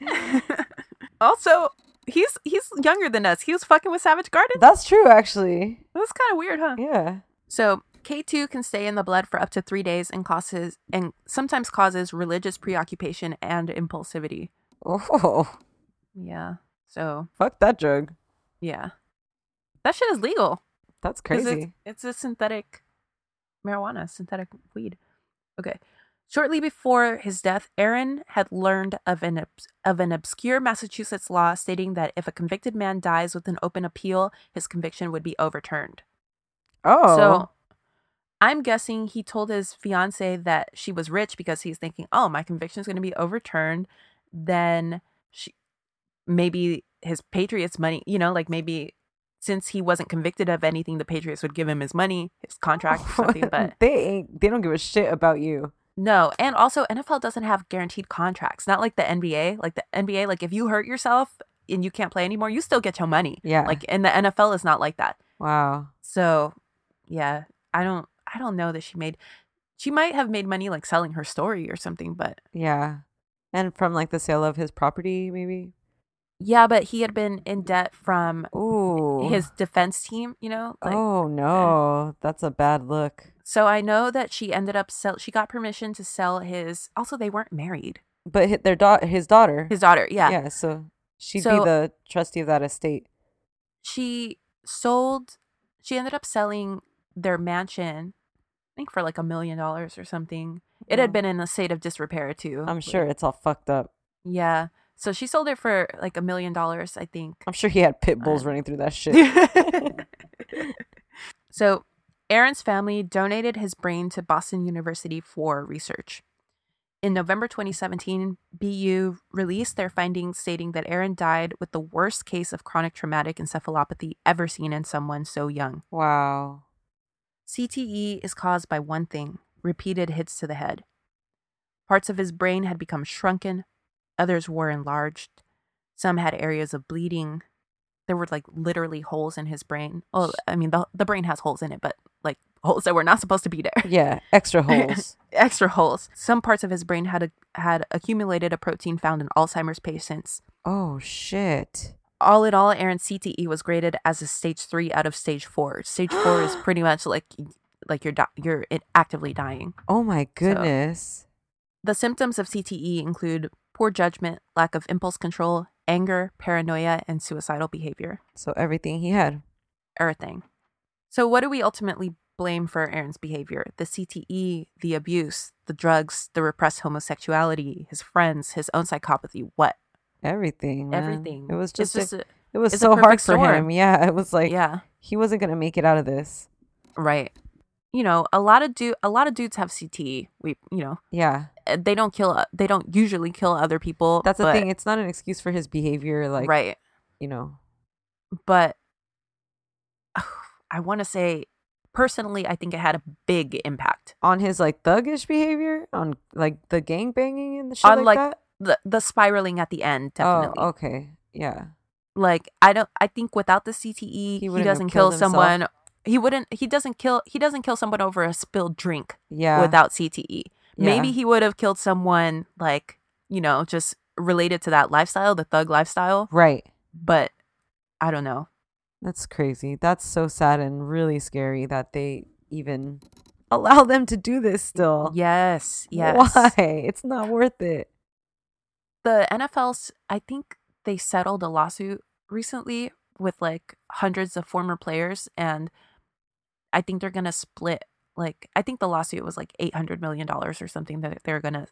also, he's he's younger than us. He was fucking with Savage Garden. That's true, actually. That's kind of weird, huh? Yeah. So K2 can stay in the blood for up to three days and causes and sometimes causes religious preoccupation and impulsivity. Oh, Yeah. So fuck that drug. yeah, that shit is legal. That's 'Cause crazy. It's, it's a synthetic marijuana, synthetic weed. Okay. Shortly before his death, Aaron had learned of an obs- of an obscure Massachusetts law stating that if a convicted man dies with an open appeal, his conviction would be overturned. Oh. So I'm guessing he told his fiance that she was rich because he's thinking, "Oh, my conviction's going to be overturned." Then she maybe his Patriots money, you know, like maybe since he wasn't convicted of anything, the Patriots would give him his money, his contract, or something. But they ain't they don't give a shit about you. no, and also NFL doesn't have guaranteed contracts. Not like the NBA. Like the NBA, like if you hurt yourself and you can't play anymore, you still get your money. Yeah. Like and the NFL is not like that. Wow. So, yeah, I don't I don't know that she made she might have made money like selling her story or something, but Yeah. And from like the sale of his property, maybe. yeah, but he had been in debt from Ooh. Oh. his defense team, you know? Like, oh no, that's a bad look. So I know that she ended up sell. She got permission to sell his. Also, they weren't married. But hi- their daughter, his daughter, His daughter, yeah. yeah. So she'd So- be the trustee of that estate. She sold. She ended up selling their mansion, I think for like a million dollars or something. It had been in a state of disrepair too. I'm sure it's all fucked up. Yeah. So she sold it for like a million dollars, I think. I'm sure he had pit bulls running through that shit. so Aaron's family donated his brain to Boston University for research. In November 2017, BU released their findings stating that Aaron died with the worst case of chronic traumatic encephalopathy ever seen in someone so young. wow. CTE E is caused by one thing repeated hits to the head. Parts of his brain had become shrunken, others were enlarged, some had areas of bleeding. There were like literally holes in his brain. Well, I mean, the, the brain has holes in it, but like holes that were not supposed to be there. Yeah, extra holes. Extra holes. Some parts of his brain had, had accumulated a protein found in Alzheimer's patients. oh shit. All in all, Aaron's CTE was graded as a stage three out of stage four. Stage four is pretty much like like you're di- you're in- actively dying. Oh my goodness. The symptoms of CTE include poor judgment, lack of impulse control, anger, paranoia, and suicidal behavior. So, everything he had. Everything. So, what do we ultimately blame for Aaron's behavior? The CTE, the abuse, the drugs, the repressed homosexuality, his friends, his own psychopathy, what? Everything. man. Everything. It was It's just, a- a- it was it's a so hard perfect for storm. him. Yeah. It was like yeah, he wasn't gonna make it out of this. right. You know, a lot of do a lot of dudes have CTE. We, you know, Yeah. uh, they don't kill. They don't usually kill other people. That's the but- thing. It's not an excuse for his behavior, like right? you know. but I want to say personally, I think it had a big impact On his like thuggish behavior, on like the gang banging and the shit on like, like, that. the the spiraling at the end. Definitely, Oh, okay. Yeah. like I don't. I think without the CTE, he, wouldn't have doesn't kill killed himself. someone. He wouldn't. He doesn't kill. He doesn't kill someone over a spilled drink Yeah. without CTE. Maybe Yeah. he would have killed someone like you know just related to that lifestyle, the thug lifestyle. Right. But I don't know. That's crazy. That's so sad and really scary that they even allow them to do this still. Yes, yes. Why? It's not worth it. the NFL's I think they settled a lawsuit recently with like hundreds of former players and I think they're going to split like I think the lawsuit was like 800 million dollars or something that they're going to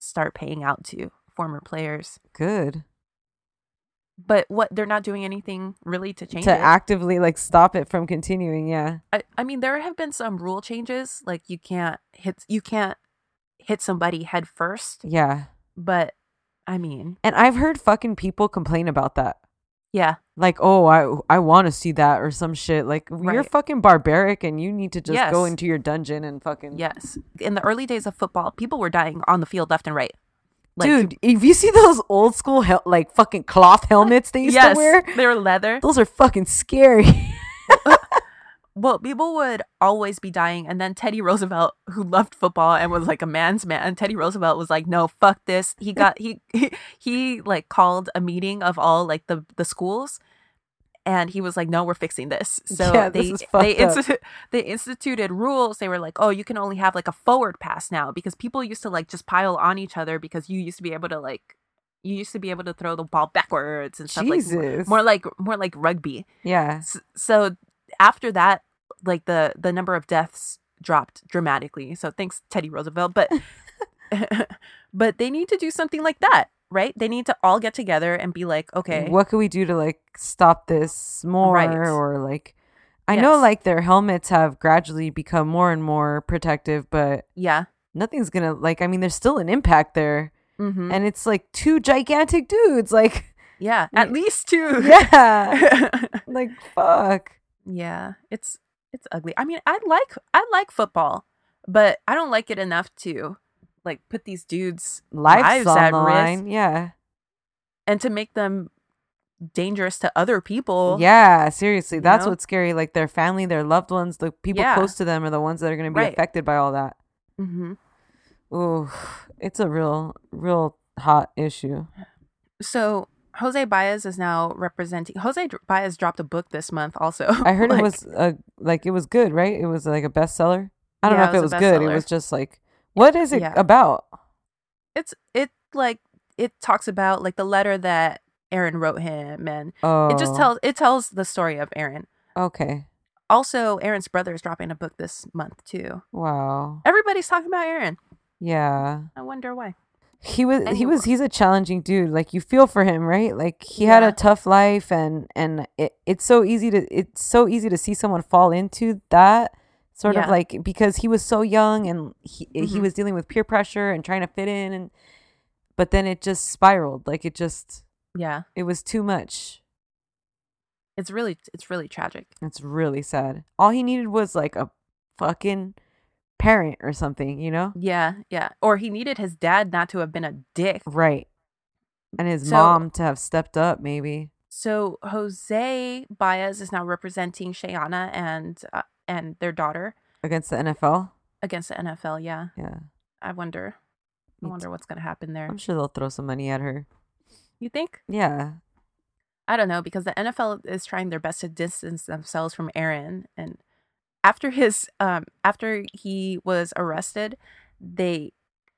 start paying out to former players. Good. But what they're not doing anything really to change To it. actively like stop it from continuing, yeah. I, I mean there have been some rule changes like you can't hit you can't hit somebody head first, Yeah. but I mean, And I've heard fucking people complain about that. yeah, Like, oh, I I want to see that or some shit. Like, you're Right. fucking barbaric and you need to just go Yes. into your dungeon and fucking Yes. In the early days of football, people were dying on the field left and right. Dude, if you see those old school hel- like fucking cloth helmets they used yes, to wear, they were leather. those are fucking scary. Well, people would always be dying. And then Teddy Roosevelt, who loved football and was like a man's man, Teddy Roosevelt was like, no, fuck this. He got, he, he, he like called a meeting of all like the, the schools and he was like, no, we're fixing this. So Yeah, they, this is they, fucked up. insti- they instituted rules. They were like, oh, you can only have like a forward pass now because people used to like just pile on each other because you used to be able to like, you used to be able to throw the ball backwards and stuff like Jesus. more like more like rugby. yeah. S- so after that like the the number of deaths dropped dramatically so thanks teddy roosevelt but but they need to do something like that right they need to all get together and be like okay what could we do to like stop this more Right. or like i know Yes. like their helmets have gradually become more and more protective but yeah nothing's gonna like i mean there's still an impact there hmm and it's like two gigantic dudes like yeah at least two yeah like fuck yeah it's it's ugly i mean i like i like football but i don't like it enough to like put these dudes life's, Lives on at the risk. line yeah and to make them dangerous to other people yeah seriously that's know? what's scary like their family their loved ones the people Yeah. close to them are the ones that are gonna be Right. affected by all that mm-hmm. ooh it's a real real hot issue So Jose Baez is now representing. Jose D- Baez dropped a book this month, also. I heard Like, it was a, like it was good, right? It was like a bestseller. I don't Yeah, know if it was, a good. It bestseller. was just like, what is it Yeah. about? It's it like it talks about like the letter that Aaron wrote him, and Oh, it just tells it tells the story of Aaron. Okay, Also, Aaron's brother is dropping a book this month too. wow, Everybody's talking about Aaron. yeah. I wonder why. He was. And he he- was. He's a challenging dude. Like you feel for him, right? Like he had Yeah. a tough life, and and it, it's so easy to it's so easy to see someone fall into that sort of Yeah. like because he was so young and he eh, he Mhm. was dealing with peer pressure and trying to fit in, and but then it just spiraled. Like it just Yeah, it was too much. it's really it's really tragic. It's really sad. All he needed was like a fucking parent or something, you know? Yeah, yeah. Or he needed his dad not to have been a dick. Right. And his So- mom to have stepped up, maybe. So Jose Baez is now representing Shayana and uh, and their daughter Against the NFL. against the NFL. Yeah, Yeah. I wonder. I Me wonder what's gonna happen there. I'm sure they'll throw some money at her. You think? Yeah. I don't know because the NFL is trying their best to distance themselves from Aaron. And after his um after he was arrested, they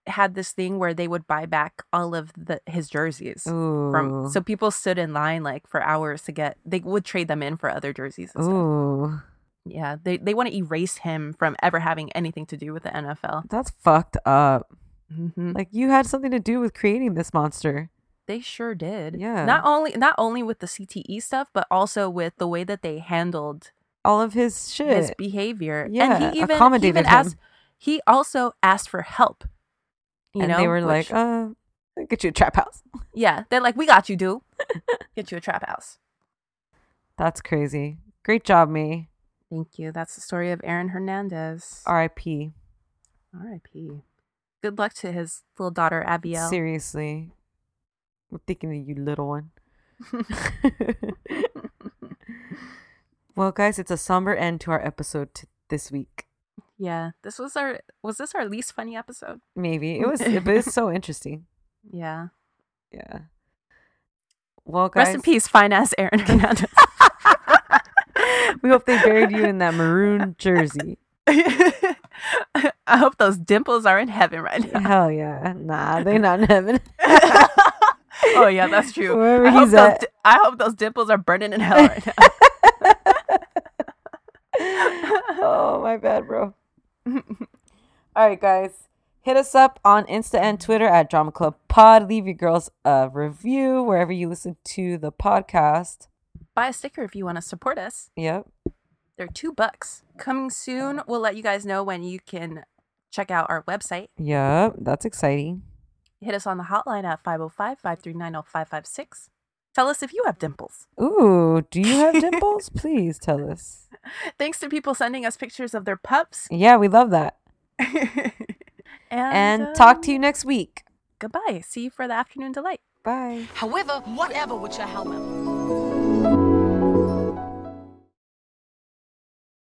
had this thing where they would buy back all of the his jerseys. Ooh. From, so people stood in line like for hours to get they would trade them in for other jerseys and stuff. Ooh. Yeah, they they want to erase him from ever having anything to do with the NFL. That's fucked up. Mm-hmm. Like you had something to do with creating this monster. They sure did. Yeah. Not only not only with the CTE stuff, but also with the way that they handled All of his shit. his behavior. Yeah, and he even, he accommodated even him. asked. He also asked for help. You and know, they were like, which- uh, I'll get you a trap house. yeah, they're like, we got you, dude. Get you a trap house. That's crazy. Great job, me. Thank you. That's the story of Aaron Hernandez. R.I.P. R.I.P. Good luck to his little daughter Abiel. Seriously. I'm thinking of you, little one. well, guys, it's a somber end to our episode t- this week. yeah, this was our was this our least funny episode? Maybe it was, but it's so interesting. Yeah. Yeah. Well, guys, Rest in peace, fine ass Aaron Hernandez. we hope they buried you in that maroon jersey. I hope those dimples are in heaven right now. Hell yeah. Nah, they not in heaven. oh yeah, that's true. Wherever I hope, he's those, at. di- I hope those dimples are burning in hell right now. oh, my bad, bro. All right, guys. Hit us up on Insta and Twitter at Drama Club Pod. Leave your girls a review wherever you listen to the podcast. Buy a sticker if you want to support us. Yep. They're two bucks. Coming soon. We'll let you guys know when you can check out our website. Yep. That's exciting. Hit us on the hotline at 505-539-0556. Tell us if you have dimples. Ooh, do you have dimples? Please tell us. Thanks to people sending us pictures of their pups. Yeah, we love that. and And uh, um, talk to you next week. Goodbye. See you for the afternoon delight. Bye. However, whatever with your however.